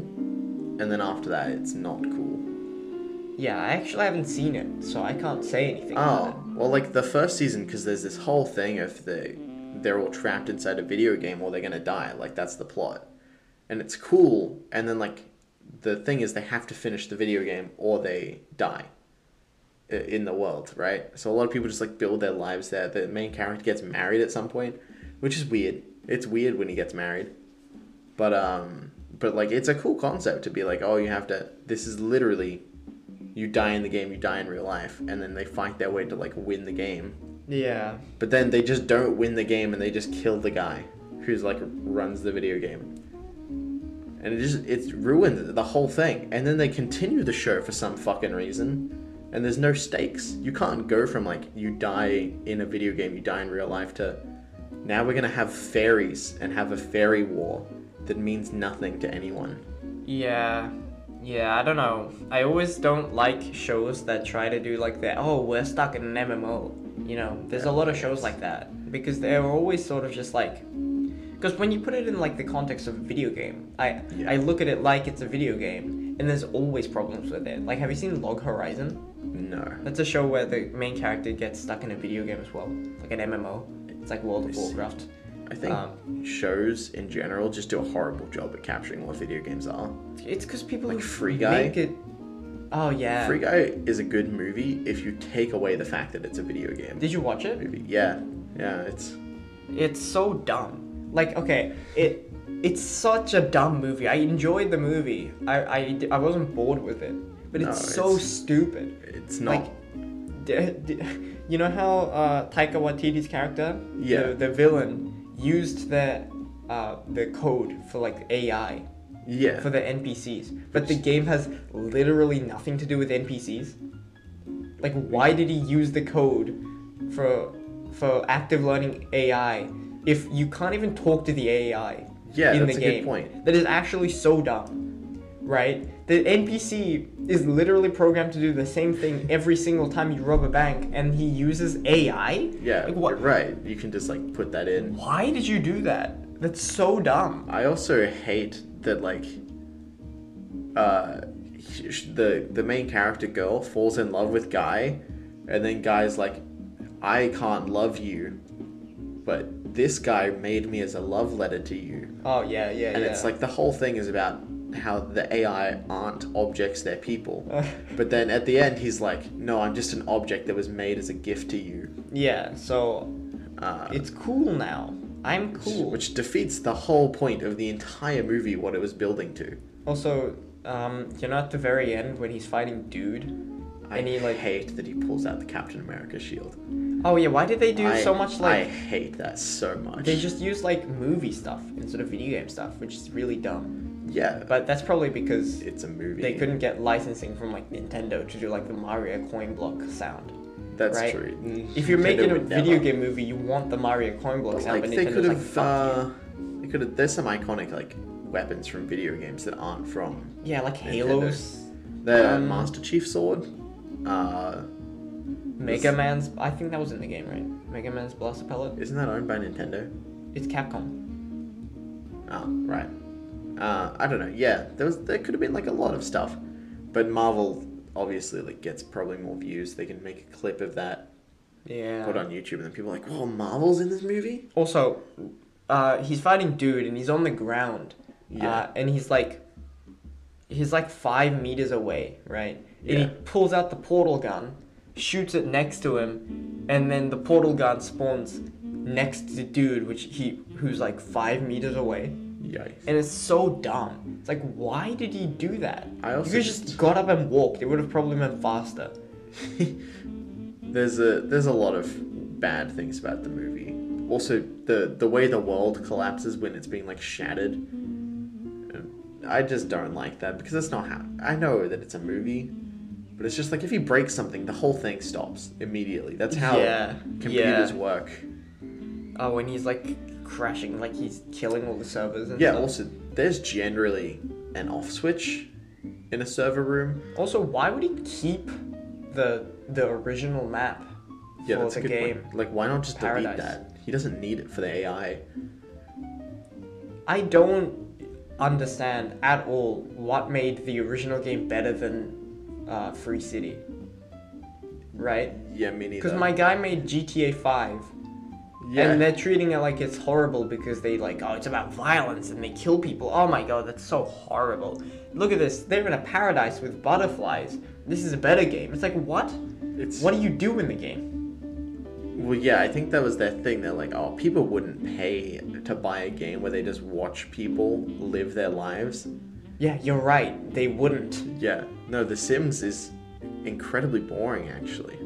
B: and then after that, it's not cool.
A: Yeah, I actually haven't seen it, so I can't say anything. about
B: Oh, well, like the first season, because there's this whole thing of the they're all trapped inside a video game or they're gonna die. Like that's the plot, and it's cool. And then like the thing is they have to finish the video game or they die i- in the world, right? So a lot of people just like build their lives there. The main character gets married at some point, which is weird. It's weird when he gets married, but um, but like it's a cool concept to be like, oh, you have to. This is literally you die in the game, you die in real life, and then they fight their way to like win the game.
A: it. Yeah,
B: But then they just don't win the game and they just kill the guy who's like runs the video game. And it just it's ruined the whole thing. And then they continue the show for some fucking reason. And there's no stakes. You can't go from like you die in a video game, you die in real life to now we're gonna have fairies and have a fairy war that means nothing to anyone.
A: yeah, yeah. I don't know. I always don't like shows that try to do like that. Oh, we're stuck in an MMO. You know, there's a lot of shows like that because they're always sort of just like. Because when you put it in like the context of a video game, I
B: Yeah.
A: I look at it like it's a video game, and there's always problems with it. Like, have you seen Log Horizon?
B: No.
A: That's a show where the main character gets stuck in a video game as well, like an MMO. It's like World of
B: see.
A: Warcraft.
B: I think
A: Um,
B: shows in general just do a horrible job at capturing what video games are.
A: It's because people
B: Like
A: who
B: Free Guy?
A: Make it... Oh yeah.
B: Free Guy is a good movie if you take away the fact that it's a video game
A: Did you watch it?
B: movie. Yeah, yeah, it's
A: It's so dumb. Like okay, it it's such a dumb movie. I enjoyed the movie. I I, I wasn't bored with it, but it's
B: No,
A: so
B: it's-
A: stupid.
B: it's not.
A: Like, d- d- you know how uh, Taika Waititi's character,
B: Yeah.
A: the, the villain, used the uh, the code for like AI
B: yeah,
A: for the NPCs, but the game has literally nothing to do with NPCs. Like, why did he use the code for for active learning AI if you can't even talk to the AI
B: Yeah,
A: in
B: that's
A: the
B: a good
A: game?
B: point.
A: That is actually so dumb. right? The NPC is literally programmed to do the same thing every single time you rob a bank, and he uses AI.
B: Yeah,
A: Like
B: you're
A: what?
B: right. You can just like put that in.
A: Why did you do that? That's so dumb.
B: I also hate that like uh sh- the the main character girl falls in love with guy and then guy's like I can't love you but this guy made me as a love letter to you
A: Oh yeah, yeah,
B: and
A: yeah.
B: it's like the whole thing is about how the AI aren't objects they're
A: *laughs*
B: people but then at the end he's like no I'm just an object that was made as a gift to you
A: yeah. So
B: uh,
A: it's cool now. I'm cool.
B: which defeats the whole point of the entire movie what it was building to
A: Also, um, you know, at the very end when he's fighting dude.
B: I
A: And he, like-
B: hate that he pulls out the Captain America shield.
A: Oh yeah, why did they do
B: I,
A: so much like?
B: I hate that so much.
A: They just use like movie stuff instead of video game stuff, which is really dumb.
B: yeah, but
A: But that's probably because
B: it's a movie.
A: they couldn't get licensing from like Nintendo to do like the Mario coin block sound.
B: That's
A: right?
B: true.
A: If you're
B: Nintendo
A: making a
B: would
A: video
B: never.
A: game movie, you want the Mario coin block
B: but
A: sound,
B: like
A: but
B: they could
A: Nintendo's like, fuck
B: have, uh, they could have. There's some iconic like weapons from video games that aren't from
A: you. Yeah, like Halos,
B: the
A: Um,
B: Master Chief sword. Uh,
A: Mega Man's. I think that was in the game, right? Mega Man's blaster pellet.
B: isn't that owned by Nintendo?
A: It's Capcom.
B: Ah, right. Uh, I don't know. Yeah, there was there could have been like a lot of stuff, but Marvel obviously like gets probably more views. They can make a clip of that,
A: Yeah.
B: put on YouTube, and then people are like, "Whoa, Marvel's in this movie."
A: Also, uh, he's fighting dude, and he's on the ground.
B: Yeah.
A: Uh, and he's like, he's like five meters away, right? And he
B: Yeah.
A: pulls out the portal gun, shoots it next to him, and then the portal gun spawns next to dude, which he who's like five meters away.
B: Yikes!
A: And it's so dumb. It's like, why did he do that?
B: I also
A: you could
B: just-
A: just got up and walked. It would have probably been faster.
B: There's a there's a lot of bad things about the movie. Also, the the way the world collapses when it's being like shattered. Um, I just don't like that because that's not how. I know that it's a movie, but it's just like if you break something, the whole thing stops immediately. That's how
A: Yeah,
B: computers
A: yeah.
B: work.
A: Oh, when he's like crashing, like he's killing all the servers and
B: Yeah.
A: stuff.
B: Also, there's generally an off switch in a server room.
A: Also, why would he keep the the original map
B: Yeah,
A: for
B: that's
A: the
B: a good
A: game?
B: Point. Like, why not just
A: Paradise.
B: delete that? He doesn't need it for the AI.
A: I don't understand at all what made the original game better than uh, Free City, right?
B: Yeah, me neither.
A: Because my guy made GTA Five,
B: yeah.
A: and they're treating it like it's horrible because they like, oh, it's about violence and they kill people. Oh my god, that's so horrible. Look at this. They're in a paradise with butterflies. This is a better game. It's like what?
B: It's-
A: What do you do in the game?
B: Well, yeah, I think that was their thing. They're like, oh, people wouldn't pay to buy a game where they just watch people live their lives.
A: Yeah, you're right. They wouldn't.
B: Yeah, no, The Sims is incredibly boring, actually.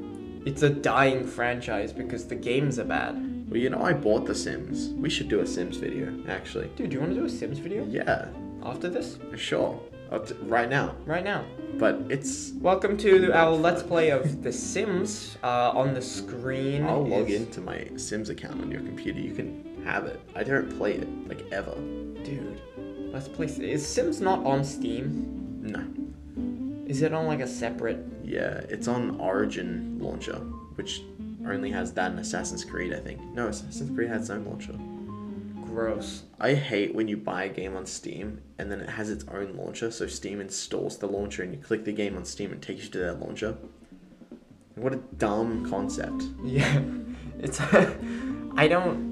A: It's a dying franchise because the games are bad.
B: Well, you know, I bought The Sims. We should do a Sims video, actually.
A: Dude, do you want to do a Sims video
B: Yeah,
A: after this?
B: sure. Up to- right now.
A: Right now.
B: But it's.
A: Welcome to our Let's Play of The Sims. Uh, on the screen.
B: I'll log
A: is-
B: into my Sims account on your computer. You can have it. I don't play it, like, ever.
A: Dude, Let's Play. Is Sims not on Steam?
B: No.
A: Is it on like a separate.
B: Yeah, it's on Origin launcher, which only has that and Assassin's Creed, I think. No, Assassin's Creed has its own launcher.
A: Gross. *laughs*
B: I hate when you buy a game on Steam and then it has its own launcher, so Steam installs the launcher and you click the game on Steam and it takes you to their launcher. What a dumb concept.
A: Yeah. It's. *laughs* I don't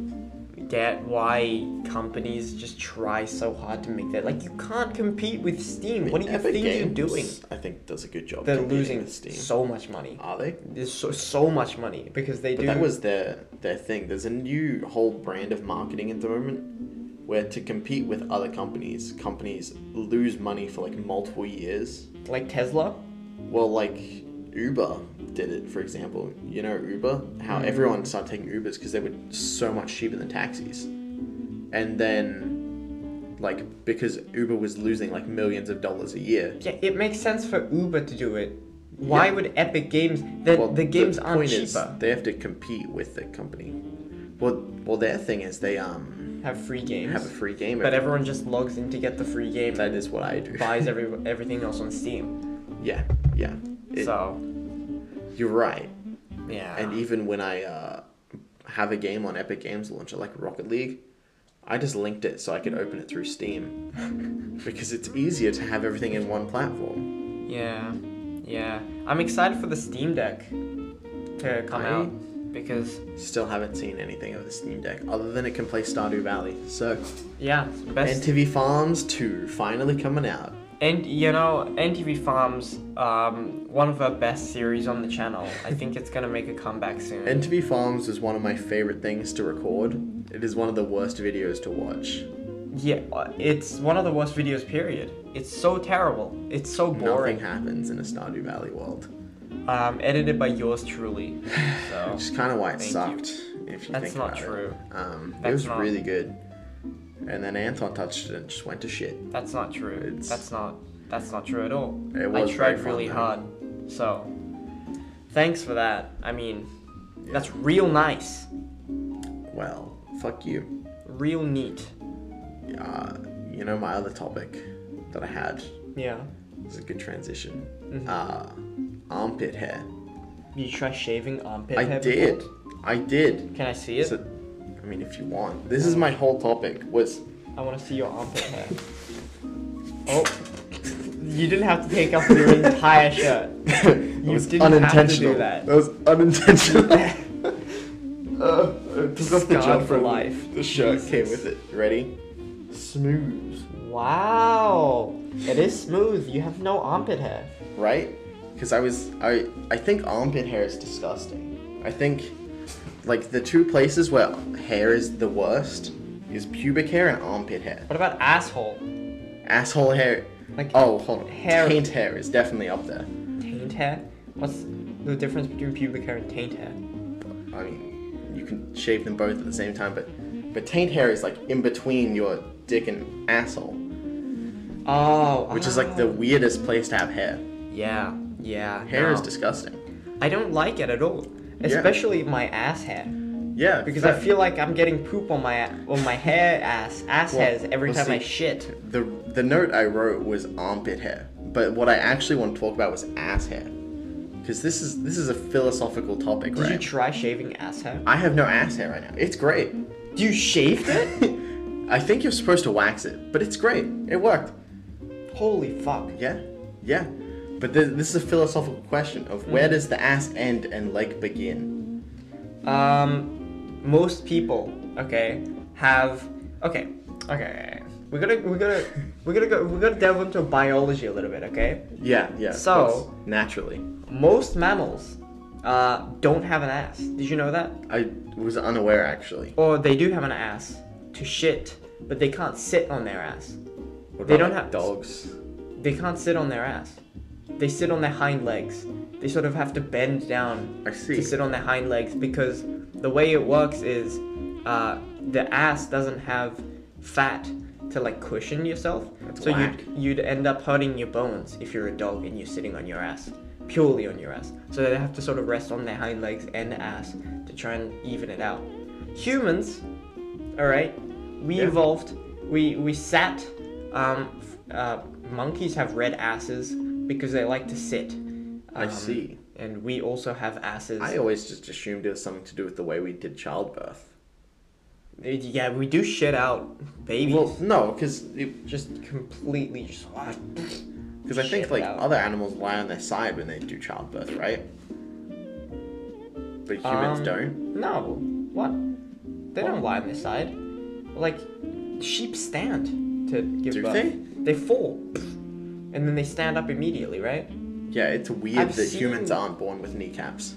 A: get why companies just try so hard to make that. Like, you can't compete with Steam. what do you
B: Epic
A: think
B: Games,
A: you're doing?
B: I think does a good job.
A: They're
B: competing
A: losing
B: with Steam.
A: so much money.
B: Are they?
A: There's so, so much money because they
B: But
A: do.
B: that was their their thing. There's a new whole brand of marketing at the moment where to compete with other companies, companies lose money for like multiple years.
A: like Tesla.
B: Well, like Uber did it, for example. You know Uber,
A: Mm.
B: how everyone started taking Ubers because they were so much cheaper than taxis. And then like because Uber was losing like millions of dollars a year.
A: Yeah, it makes sense for Uber to do it. Why
B: Yeah.
A: would Epic Games? The,
B: Well,
A: the games aren't
B: point is,
A: cheaper.
B: they have to compete with the company. Well, well, their thing is they um,
A: have free games.
B: have a free game.
A: but
B: every-
A: everyone just logs in to get the free game *laughs*
B: that
A: and
B: is what I do.
A: buys every everything else on Steam.
B: *laughs* yeah, yeah. It-
A: so Ah.
B: You're right.
A: yeah,
B: And even when I uh, have a game on Epic Games Launcher, like Rocket League, I just linked it so I could open it through
A: *laughs*
B: Steam because it's easier to have everything in one platform.
A: e- yeah, yeah. I'm excited for the Steam Deck to come
B: I-
A: out because
B: Still haven't seen anything of the Steam Deck other than it can play Stardew Valley. So,
A: yeah, it's the best
B: NTV Farms 2 finally coming out.
A: And you know, NTV Farms, um, one of our best series on the channel. I think it's gonna make a comeback soon.
B: NTV Farms was one of my favorite things to record. It is one of the worst videos to watch.
A: yeah, uh, it's one of the worst videos. Period. It's so terrible. It's so
B: Nothing
A: boring.
B: happens in a Stardew Valley world.
A: Um, edited by yours truly.
B: *laughs*
A: So
B: Which is kind of why it
A: Thank you.
B: sucked, if you
A: That's
B: think
A: not
B: about
A: true.
B: it. Um, it
A: That's
B: was
A: not-
B: really good. And then Anton touched it and just went to shit.
A: that's not true.
B: It's-
A: That's not. That's not true at all.
B: It
A: I
B: was
A: tried
B: very fun,
A: really
B: though.
A: hard. So, thanks for that. I mean,
B: Yeah.
A: that's real nice,
B: Well, fuck you.
A: real neat.
B: Uh, you know, my other topic that I had
A: Yeah.
B: is a good transition.
A: Mm-hmm.
B: Uh, armpit hair.
A: You try shaving armpit
B: I
A: hair?
B: did.
A: before?
B: I did.
A: Can I see it?
B: So, I mean, if you want. This
A: Mm-hmm.
B: is my whole topic. Was
A: I want to see your armpit hair. Oh, you didn't have to take off your
B: *laughs*
A: entire shirt.
B: that
A: You
B: was
A: didn't have to do
B: unintentional.
A: that.
B: was *laughs* unintentional. uh, I took off the
A: Scarred
B: shirt
A: for
B: from-
A: life.
B: The shirt came
A: Jesus.
B: with it. Ready? Smooth.
A: Wow, it is smooth. You have no armpit hair.
B: Right? Because I was I I think armpit hair is disgusting. I think like the two places where hair is the worst is pubic hair and armpit hair.
A: What about asshole?
B: Asshole hair.
A: Like,
B: oh, hold on.
A: hair-
B: Taint hair is definitely up there.
A: Taint hair? What's the difference between pubic hair and taint hair?
B: I mean, you can shave them both at the same time, but but taint hair is like in between your dick and asshole,
A: Oh,
B: which is like the
A: oh.
B: weirdest place to have hair.
A: yeah, yeah.
B: Hair
A: no.
B: is disgusting.
A: I don't like it at all, especially my ass hair.
B: Yeah,
A: Because
B: fair.
A: I feel like I'm getting poop on my on my hair ass ass
B: Well,
A: hairs every
B: well,
A: time I
B: see-
A: shit.
B: the the note I wrote was armpit hair, but what I actually want to talk about was ass hair, because this is this is a philosophical topic,
A: Did you
B: right?
A: try shaving ass hair?
B: I have no ass hair right now. It's great. *laughs*
A: You shaved it?
B: I think you're supposed to wax it, but it's great. It worked.
A: Holy fuck.
B: Yeah, yeah. But th- this is a philosophical question of where does the ass end and leg begin?
A: Um, most people, okay, have okay, okay. We're gonna we're gonna we're gonna go we're gonna delve into biology a little bit, okay?
B: Yeah, yeah. of
A: So-
B: course. naturally,
A: Most mammals uh, don't have an ass. Did you know that?
B: I was unaware actually.
A: Or they do have an ass to shit, but they can't sit on their ass.
B: What
A: They
B: about
A: don't have-
B: dogs.
A: They can't sit on their ass. They sit on their hind legs. They sort of have to bend down
B: I see.
A: to sit on their hind legs because the way it works is uh, the ass doesn't have fat to like cushion yourself.
B: That's
A: so
B: whack.
A: you'd you'd end up hurting your bones if you're a dog and you're sitting on your ass, purely on your ass. So they have to sort of rest on their hind legs and ass to try and even it out. Humans, all right, we
B: Yeah.
A: evolved. We we sat. Um, f- uh, monkeys have red asses because they like to sit.
B: I
A: Um,
B: see.
A: And we also have asses.
B: I always just assumed it was something to do with the way we did childbirth.
A: Yeah, we do shit out babies.
B: Well, no, because
A: just completely just. uh,
B: because I think
A: Shit
B: like
A: out.
B: other animals lie on their side when they do childbirth, right? But humans
A: Um,
B: don't.
A: No, what? They don't lie on this side. Like, sheep stand to give
B: Do
A: birth.
B: they?
A: They fall, and then they stand up immediately, right?
B: Yeah, it's weird
A: I've
B: that
A: seen-
B: humans aren't born with kneecaps.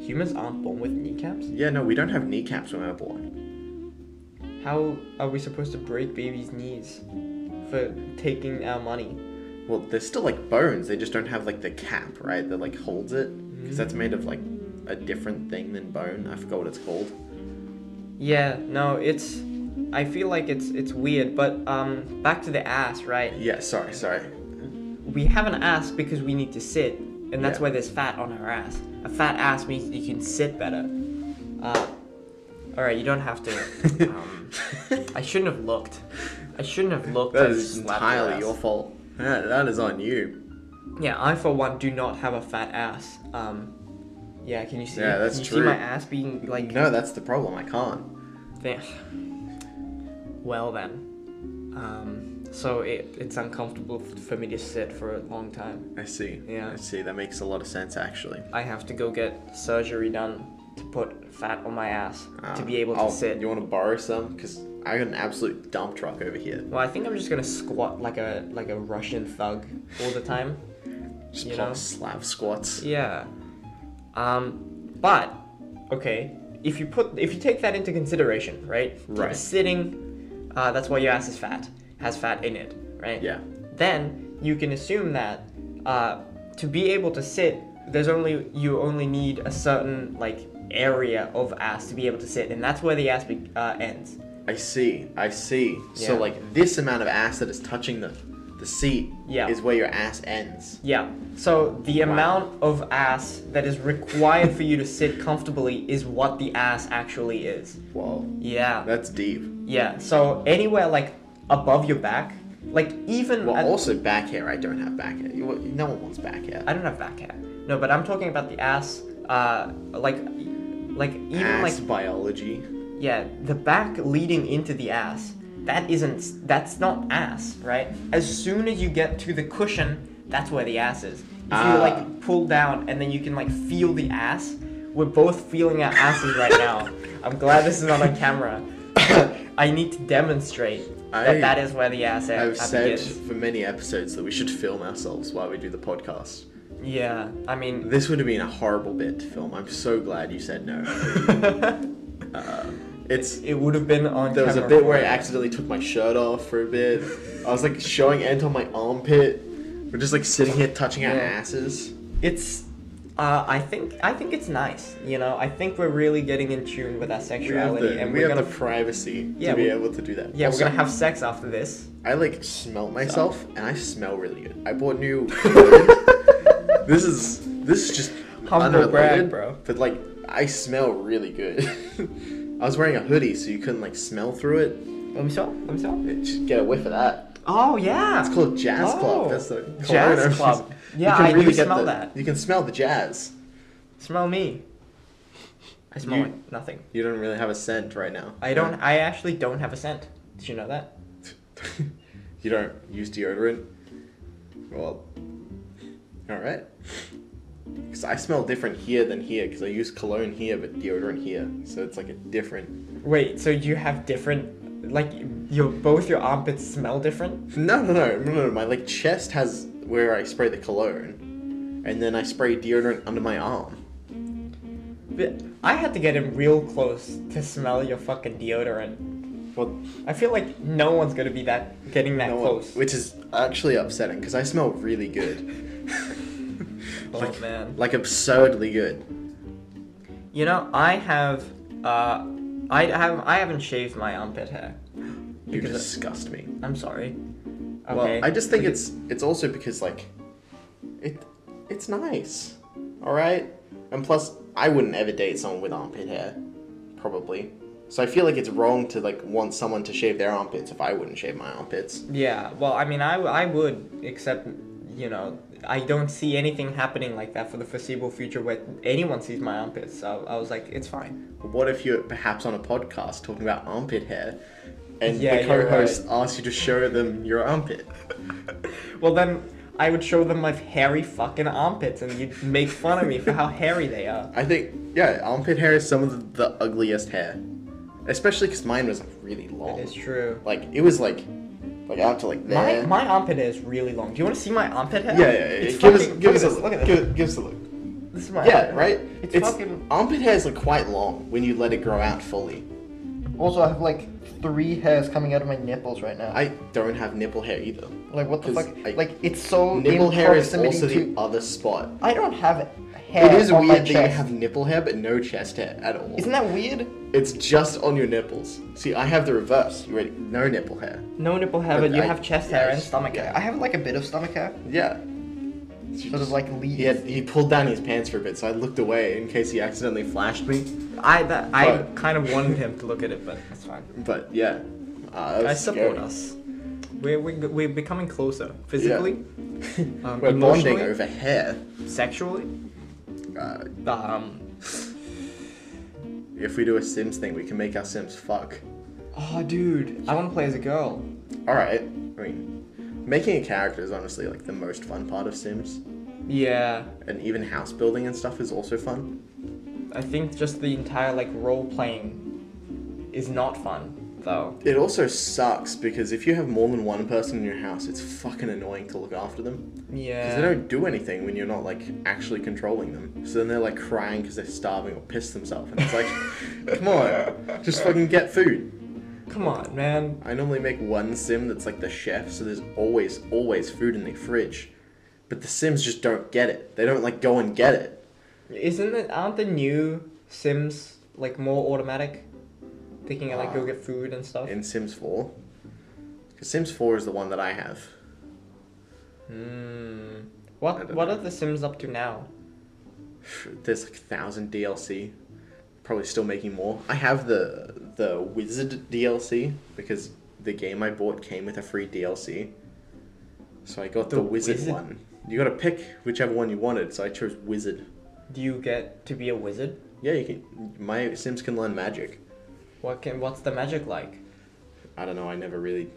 A: Humans aren't born with kneecaps.
B: Yeah, no, we don't have kneecaps when we're born.
A: How are we supposed to break babies' knees for taking our money?
B: Well, they're still like bones. They just don't have like the cap, right? That like holds it, because that's made of like a different thing than bone. I forgot what it's called.
A: Yeah, no, it's. I feel like it's it's weird, but um, back to the ass, right?
B: Yeah, sorry, sorry.
A: we have an ass because we need to sit, and that's
B: Yeah.
A: why there's fat on our ass. A fat ass means you can sit better. Uh, All right, you don't have
B: *laughs*
A: to. *laughs* Um, I shouldn't have looked. I shouldn't have looked. I
B: that is
A: just slapped
B: entirely
A: ass.
B: your fault. That, that is on you.
A: Yeah, I for one do not have a fat ass. Um, yeah, can you see?
B: Yeah, that's
A: can you
B: true.
A: See my ass being like.
B: no, that's the problem. I can't.
A: There. Well then, um, so it, it's uncomfortable f- for me to sit for a long time.
B: I see.
A: Yeah.
B: I see. That makes a lot of sense, actually.
A: I have to go get surgery done to put fat on my ass to
B: Uh,
A: be able to
B: I'll-
A: sit.
B: You want to borrow some? Because I got an absolute dump truck over here.
A: Well, I think I'm just gonna squat like a like a Russian thug all the time.
B: Just
A: You
B: pop
A: know?
B: slab squats.
A: Yeah. Um, but okay, if you put if you take that into consideration, right?
B: Right.
A: Sitting, uh, that's why your ass is fat, has fat in it, right?
B: Yeah.
A: Then you can assume that uh, to be able to sit, there's only you only need a certain like area of ass to be able to sit, and that's where the ass be- uh, ends.
B: I see. I see. So
A: Yeah.
B: like this amount of ass that is touching the the seat
A: Yeah.
B: is where your ass ends.
A: Yeah. So the
B: Wow.
A: amount of ass that is required for you to sit comfortably is what the ass actually is.
B: Whoa.
A: Yeah.
B: That's deep.
A: Yeah, so anywhere like above your back, like even
B: Well,
A: at-
B: also back hair. I don't have back hair. You- what- No one wants back hair.
A: I don't have back hair. No, but I'm talking about the ass. Uh, like, like even
B: ass
A: like
B: biology.
A: yeah, the back leading into the ass. That isn't. That's not ass, right? As soon as you get to the cushion, that's where the ass is. If
B: Ah.
A: you like pull down and then you can like feel the ass. We're both feeling our asses right now. I'm glad this is not on camera. *coughs* I need to demonstrate
B: I-
A: that that is where the ass
B: I've
A: is.
B: said for many episodes that we should film ourselves while we do the podcast.
A: Yeah, I mean,
B: This would have been a horrible bit to film. I'm so glad you said no. uh,
A: *laughs*
B: it's
A: it would have been on.
B: there was a
A: camera
B: bit where I
A: for-
B: accidentally took my shirt off for a bit. I was like showing Ant on my armpit. We're just like sitting here touching our
A: Yeah.
B: asses.
A: It's. Uh, I think I think it's nice. You know, I think we're really getting in tune with our
B: We have
A: sexuality,
B: the,
A: and
B: we
A: we're
B: have
A: gonna.
B: the privacy
A: Yeah,
B: to be
A: we-
B: able to do that.
A: yeah,
B: Also,
A: we're gonna
B: *laughs*
A: have sex after this.
B: I like smell myself, and I smell really good. I
A: *laughs*
B: bought new. this is this is just
A: Humble
B: unrelated,
A: brag, bro.
B: But like, I smell really good. *laughs* I was wearing a hoodie, so you couldn't like smell through it.
A: Let me saw. Let me saw.
B: It- Just get a whiff of that.
A: Oh yeah.
B: It's called Jazz Club.
A: Oh,
B: That's the
A: Jazz
B: cologne.
A: Club.
B: You
A: Yeah,
B: can
A: I do
B: get
A: smell
B: the-
A: that.
B: You can smell the jazz.
A: Smell me. I smell
B: You-
A: like nothing.
B: You don't really have a scent right now.
A: I don't. I actually don't have a scent. Did you know that?
B: *laughs* you don't use deodorant. Well, all right. Because I smell different here than here. Because I use cologne here, but deodorant here. So it's like a different.
A: Wait. So you have different, like, your both your armpits smell different.
B: No, no, no, no, no. My like chest has where I spray the cologne, and then I spray deodorant under my arm.
A: But I had to get in real close to smell your fucking deodorant.
B: Well,
A: I feel like no one's gonna be that getting that
B: no one-
A: close.
B: which is actually upsetting because I smell
A: *laughs*
B: really good.
A: oh
B: like,
A: man.
B: like absurdly good.
A: You know, I have, uh, I have, I haven't shaved my armpit hair.
B: You
A: Because-
B: disgust me.
A: I'm sorry. Okay.
B: Well, I just think it's it's also because like it it's nice. All right? And plus I wouldn't ever date someone with armpit hair probably. So I feel like it's wrong to like want someone to shave their armpits if I wouldn't shave my armpits.
A: Yeah. Well, I mean, I, w- I would, except, you know, I don't see anything happening like that for the foreseeable future where anyone sees my armpits. So I was like, it's fine.
B: But what if you're perhaps on a podcast talking about armpit hair and
A: Yeah,
B: the
A: you're
B: co-host asks you to show them your armpit?
A: Well, then I would show them my hairy fucking armpits, and you'd make fun of me for how hairy they are.
B: I think yeah, armpit hair is some of the, the ugliest hair. Especially cuz mine was like really long.
A: It's true.
B: Like it was like like out to like
A: My,
B: there.
A: my armpit hair is really long. Do you want to see my armpit hair?
B: Yeah, yeah, yeah.
A: It's
B: give us,
A: fucking-
B: give us a
A: look at Look
B: look.
A: at this.
B: Give, give us a look.
A: This is my
B: Yeah,
A: armpit hair.
B: right.
A: It's, fucking.
B: armpit hair is like quite long when you let it grow out fully.
A: Also, I have like three hairs coming out of my nipples right now.
B: I don't have nipple hair either.
A: like what the
B: 'Cause
A: fuck?
B: I-
A: like it's so
B: Nipple
A: in
B: hair is
A: proximity
B: also
A: to-
B: the other spot.
A: I don't have hair.
B: it is
A: on my
B: weird that you
A: chest.
B: have nipple hair but no chest hair at all.
A: Isn't that weird?
B: It's just on your nipples. See, I have the reverse. You ready? No nipple hair.
A: No nipple hair,
B: But
A: but you
B: I-
A: have chest hair and
B: yes,
A: stomach
B: yeah.
A: hair. I have like a bit of stomach hair.
B: Yeah.
C: sort of like leave.
B: He, had, he pulled down his pants for a bit, so I looked away in case he accidentally flashed me.
A: I that I
B: But-
A: kind of wanted him to look at it, but that's
B: *laughs*
A: fine.
B: But yeah, uh, that
A: I
B: was
A: support
B: scary.
A: us. We're, we're we're becoming closer physically, *laughs* um,
B: We're bonding
A: emotionally,
B: over hair.
A: sexually.
B: Uh,
A: Um.
B: if we do a Sims thing, we can make our Sims fuck.
A: Oh, dude, I want to play as a girl.
B: All right. I mean, making a character is honestly like the most fun part of Sims,
A: Yeah,
B: and even house building and stuff is also fun.
A: I think just the entire like role playing is not fun though.
B: It also sucks because if you have more than one person in your house, it's fucking annoying to look after them because
A: Yeah.
B: they don't do anything when you're not like actually controlling them. So then they're like crying because they're starving or piss themselves, and it's like, *laughs* come on, just fucking get food.
A: Come on, man.
B: I normally make one sim that's like the chef, so there's always, always food in the fridge. But the sims just don't get it. They don't like go and get it.
A: Isn't it? Aren't the new Sims like more automatic? They can like go get food and stuff.
B: in Sims 4. Because Sims 4 is the one that I have.
A: Hmm.
B: I
A: What
B: don't
A: What
B: know.
A: are the Sims up to now?
B: There's like a thousand DLC. Probably still making more. I have the the Wizard DLC because the game I bought came with a free DLC. So I got the,
A: The
B: Wizard,
A: Wizard?
B: one. You gotta pick whichever one you wanted, so I chose Wizard.
A: Do you get to be a wizard?
B: Yeah, you can. My Sims can learn magic.
A: What can What's the magic like?
B: I don't know. I never really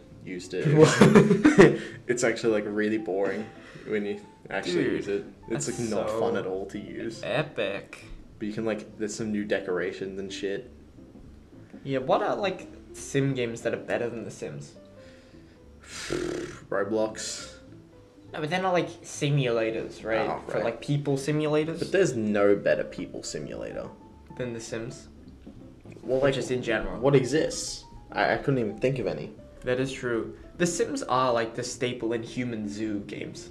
A: *laughs*
B: used it. It's, *laughs* it's actually like really boring when you actually
A: Dude,
B: use it. It's like
A: that's
B: not
A: so-
B: fun at all to use.
A: Epic.
B: But you can like there's some new decorations and shit. *sighs*
A: Yeah. What are like Sim games that are better than the Sims?
B: Roblox.
A: No, but they're not like simulators, right?
B: Oh,
A: For
B: right.
A: like people
B: But
A: simulators
B: there's no better people simulator.
A: than the Sims.
B: Well,
A: Like
B: like
A: just in general.
B: what exists? I, I couldn't even think of any.
A: That is true. The Sims are like the staple in human zoo games.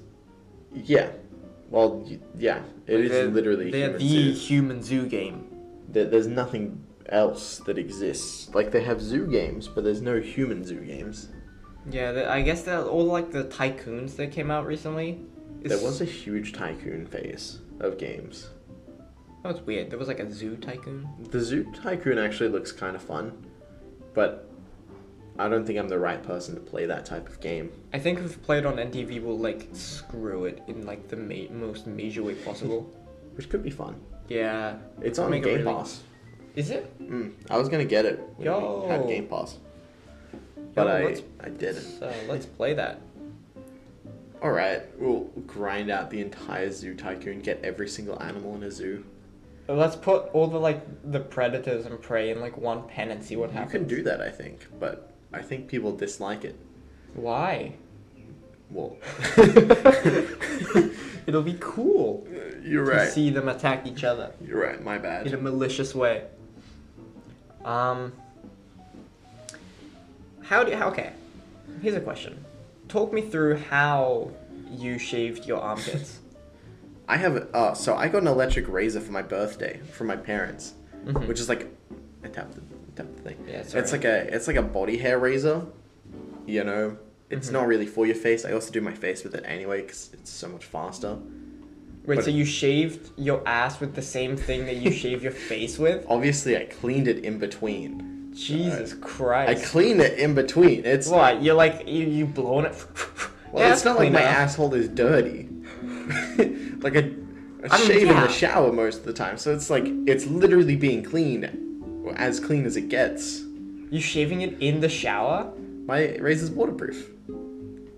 B: Yeah. Well, y- yeah. It
A: Like,
B: is
A: they're-
B: literally
A: they're
B: human
A: the
B: zoo.
A: human zoo game.
B: There, there's nothing else that exists. Like they have zoo games, but there's no human zoo games.
A: Yeah, the- I guess that all like the tycoons that came out recently.
B: There was a huge tycoon phase of games.
A: That was weird. There was like a zoo tycoon.
B: The Zoo Tycoon actually looks kind of fun, but I don't think I'm the right person to play that type of game.
A: I think if we play it on NTV, we'll like screw it in like the ma- most major way
B: *laughs*
A: possible.
B: Which could be fun.
A: yeah.
B: It's on
A: Make it
B: Game
A: really-
B: Pass.
A: Is it?
B: Mm, I was gonna get it when we had
A: Yo.
B: Game Pass, but
A: Yo,
B: I
A: Oh, let's-
B: I didn't.
A: So let's play that.
B: All right, we'll grind out the entire Zoo Tycoon, get every single animal in a zoo.
A: Let's put all the like the predators and prey in like one pen and see what
B: You
A: happens.
B: can do that, I think, but I think people dislike it.
A: Why? *laughs*
B: Well, *laughs*
A: It'll be cool
B: you're
A: to see them attack each other
B: You're right. My bad.
A: in a malicious way. Um. How do? How, okay. Here's a question. Talk me through how you shaved your armpits.
B: *laughs* I have a- uh, so I got an electric razor for my birthday from my parents,
A: Mhm.
B: which is like I tapped the, tapped the thing.
A: Yeah, it's alright.
B: it's like a it's like a body hair razor. You know, it's
A: Mm-hmm.
B: not really for your face. I also do my face with it anyway because it's so much faster.
A: Wait,
B: But-
A: so you shaved your ass with the same thing that you shave your face
B: *laughs*
A: with?
B: Obviously, I cleaned it in between.
A: Jesus
B: I
A: Christ!
B: clean it in between. It's
A: What? You're like you you blowing it?
B: well,
A: Yeah,
B: it's not like my
A: cleaner.
B: asshole is dirty. *laughs* like a, a
A: I mean,
B: shave in
A: yeah.
B: the shower most of the time. So it's like it's literally being cleaned, or as clean as it gets.
A: You shaving it in the shower,
B: My razor's waterproof.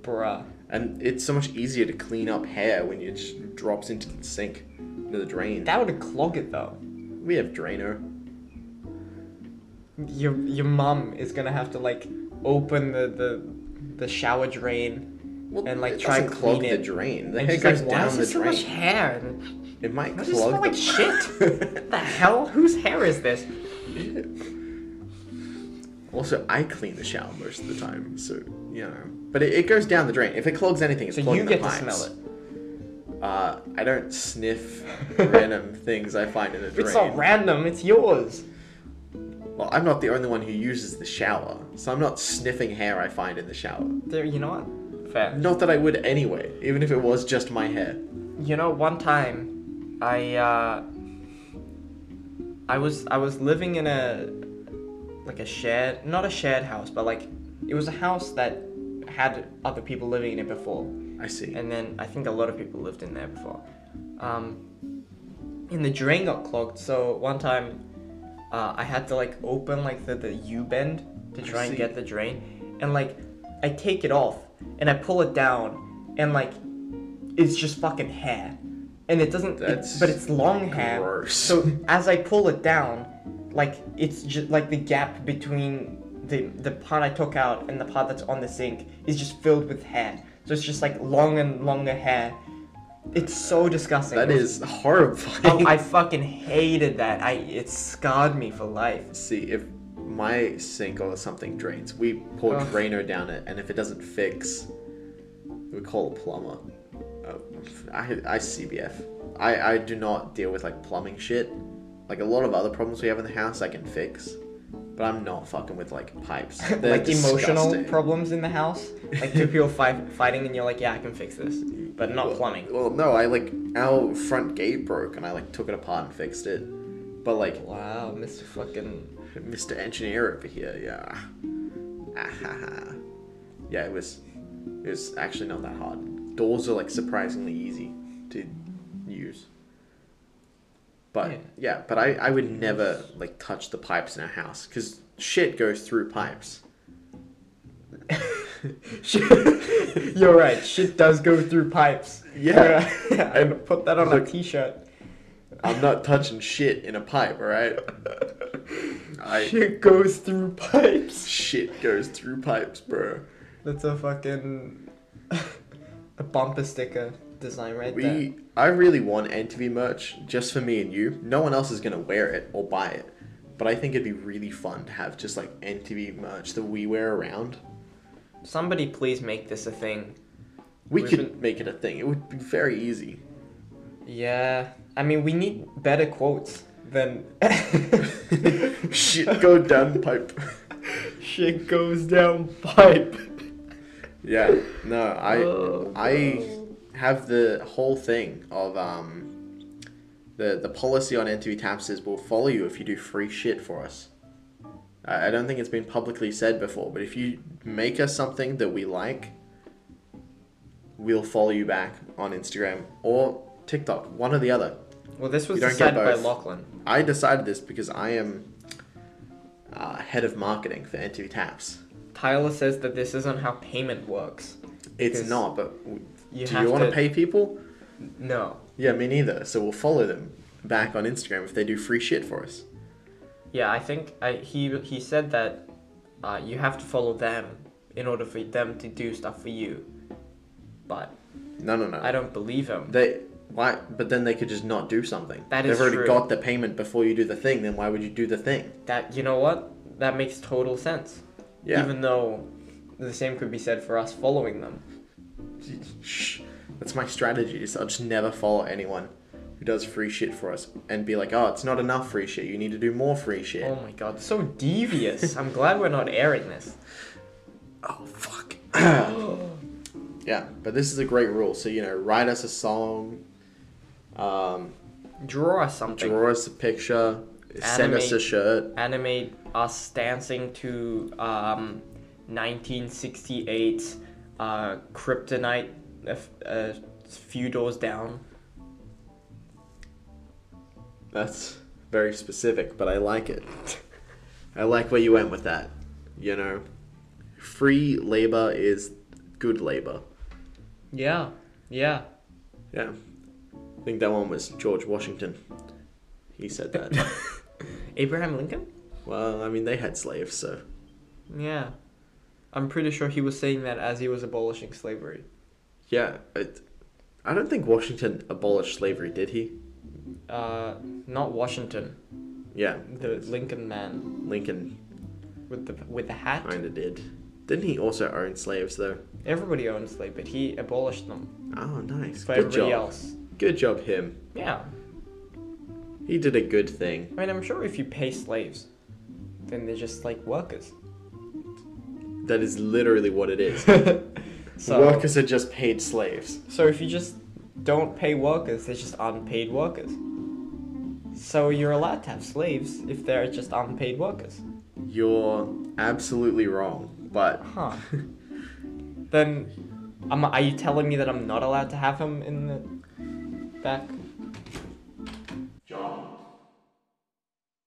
A: bruh?
B: And it's so much easier to clean up hair when it just drops into the sink, into the drain.
A: That would clog it though.
B: we have Drano.
A: Your your mom is gonna have to like open the the, the shower drain
B: Well,
A: and like
B: it
A: try and
B: doesn't clog
A: clean it.
B: the drain. The
A: and
B: hair
A: she's like,
B: goes
A: why is
B: down
A: there
B: the
A: so
B: drain.
A: much hair? And
B: It might
A: Why does it smell
B: clog
A: like
B: *laughs* the...
A: what the hell? Whose hair is this?
B: also, I clean the shower most of the time, so you know. But it, it goes down the drain. If it clogs anything, it's
A: So
B: clogging
A: you get
B: the
A: to
B: pipes.
A: smell it.
B: Uh, I
A: *laughs*
B: don't sniff random things I find in a drain.
A: It's not random. It's yours.
B: well, I'm not the only one who uses the shower, so I'm not sniffing hair I find in the shower.
A: There, you know what? Fair.
B: Not that I would anyway, even if it was just my hair.
A: you know, one time, I uh, I was I was living in a like a shared, not a shared house, but like it was a house that had other people living in it before,
B: I see.
A: and then I think a lot of people lived in there before. Um, and the drain got clogged, so one time uh, I had to like open like the, the U bend to
B: I
A: try and
B: see.
A: get the drain, and like I take it off and I pull it down, and like it's just fucking hair, and it doesn't. it-
B: That's
A: but it's long hair.
B: gross.
A: So as I pull it down, like it's just like the gap between the the part I took out and the part that's on the sink is just filled with hair. So it's just like long and longer hair. It's so disgusting.
B: *laughs* that
A: It was-
B: is horrifying.
A: Oh, I fucking hated that. I it scarred me for life.
B: see if my sink or something drains. We pour
A: Ugh.
B: Drano down it, and if it doesn't fix, we call a plumber. Uh, I, I CBF. I, I do not deal with like plumbing shit. Like a lot of other problems we have in the house, I can fix, but I'm not fucking with like
A: *laughs*
B: pipes. They're
A: like emotional
B: disgusting.
A: problems in the house, like two people fight, fighting, and you're like, yeah, I can fix this, but not plumbing.
B: Well, no, I like our front gate broke, and I like took it apart and fixed it. But like,
A: Wow, Mr. Fucking.
B: Mr. Engineer over here, yeah. *laughs* Ah, ha, ha. yeah, it was it was actually not that hard. Doors are like surprisingly easy to use. But
A: Yeah.
B: yeah, but I, I would never like touch the pipes in our house because shit goes through pipes.
A: Shit. *laughs* you're right. Shit does go through pipes.
B: *laughs* Yeah.
A: and put that on a
B: Look.
A: t-shirt.
B: I'm not touching shit in a pipe, *laughs* alright? I
A: Shit goes through pipes.
B: shit goes through pipes, bro.
A: That's a fucking *laughs* a bumper sticker design right
B: We
A: there.
B: I really want NTV merch just for me and you. No one else is gonna wear it or buy it. But I think it'd be really fun to have just like NTV merch that we wear around.
A: Somebody please make this a thing.
B: We
A: We've
B: could make it a thing. It would be very easy.
A: Yeah, I mean, we need better quotes than *laughs*
B: Shit go down pipe.
A: shit goes down pipe.
B: yeah. No, I
A: Oh,
B: I have the whole thing of um the the policy on NTV Taps is we'll follow you if you do free shit for us. I I don't think it's been publicly said before, but if you make us something that we like, we'll follow you back on Instagram or TikTok, one or the other.
A: Well, this was
B: You don't get
A: decided by
B: both.
A: Lachlan.
B: I decided this because I am uh, head of marketing for NTV Taps.
A: Tyler says that this isn't how payment works.
B: It's
A: Because
B: not, but w-
A: you
B: do
A: have
B: you want to
A: to-
B: pay people?
A: No.
B: Yeah, me neither. So we'll follow them back on Instagram if they do free shit for us.
A: Yeah, I think I, he he said that uh, you have to follow them in order for them to do stuff for you. But
B: No, no, no.
A: I don't believe him.
B: They why? But then they could just not do something.
A: That
B: They've
A: is
B: already
A: true.
B: got the payment before you do the thing. Then why would you do the thing?
A: That you know what? That makes total sense.
B: Yeah.
A: Even though the same could be said for us following them.
B: Shh. That's my strategy. Is I'll just never follow anyone who does free shit for us and be like, oh, it's not enough free shit. You need to do more free shit.
A: Oh my god, so
B: *laughs*
A: devious. I'm glad we're not airing this.
B: oh fuck. *coughs* yeah, but this is a great rule. So you know, write us a song. Um,
A: Draw us something.
B: draw us a picture. Send us a
A: Animate.
B: shirt.
A: animate us dancing to um, 1968 uh, Kryptonite a, f- a few doors down.
B: That's very specific, but I like it. I like where you went with that. You know, free labor is good labor.
A: Yeah, yeah.
B: Yeah. I think that one was George Washington. He said that.
A: *laughs* Abraham Lincoln?
B: well, I mean, they had slaves, so.
A: Yeah. I'm pretty sure he was saying that as he was abolishing slavery.
B: Yeah. It, I don't think Washington abolished slavery, did he?
A: Uh, not Washington,
B: Yeah.
A: the Lincoln man
B: Lincoln
A: with the with the hat.
B: kind of did. Didn't he also own slaves, though?
A: Everybody owned slaves, but he abolished them
B: Oh, nice.
A: for
B: Good
A: everybody
B: job.
A: else.
B: Good job, him.
A: Yeah.
B: He did a good thing.
A: I mean, I'm sure if you pay slaves, then they're just like
B: *laughs*
A: workers.
B: That
A: *laughs*
B: is literally what it is.
A: so,
B: Workers are just paid slaves.
A: so if you just don't pay workers, they're just unpaid workers. So you're allowed to have slaves if they're just unpaid workers.
B: You're absolutely wrong, but *laughs*
A: Huh. then, am, are you telling me that I'm not allowed to have him in the back?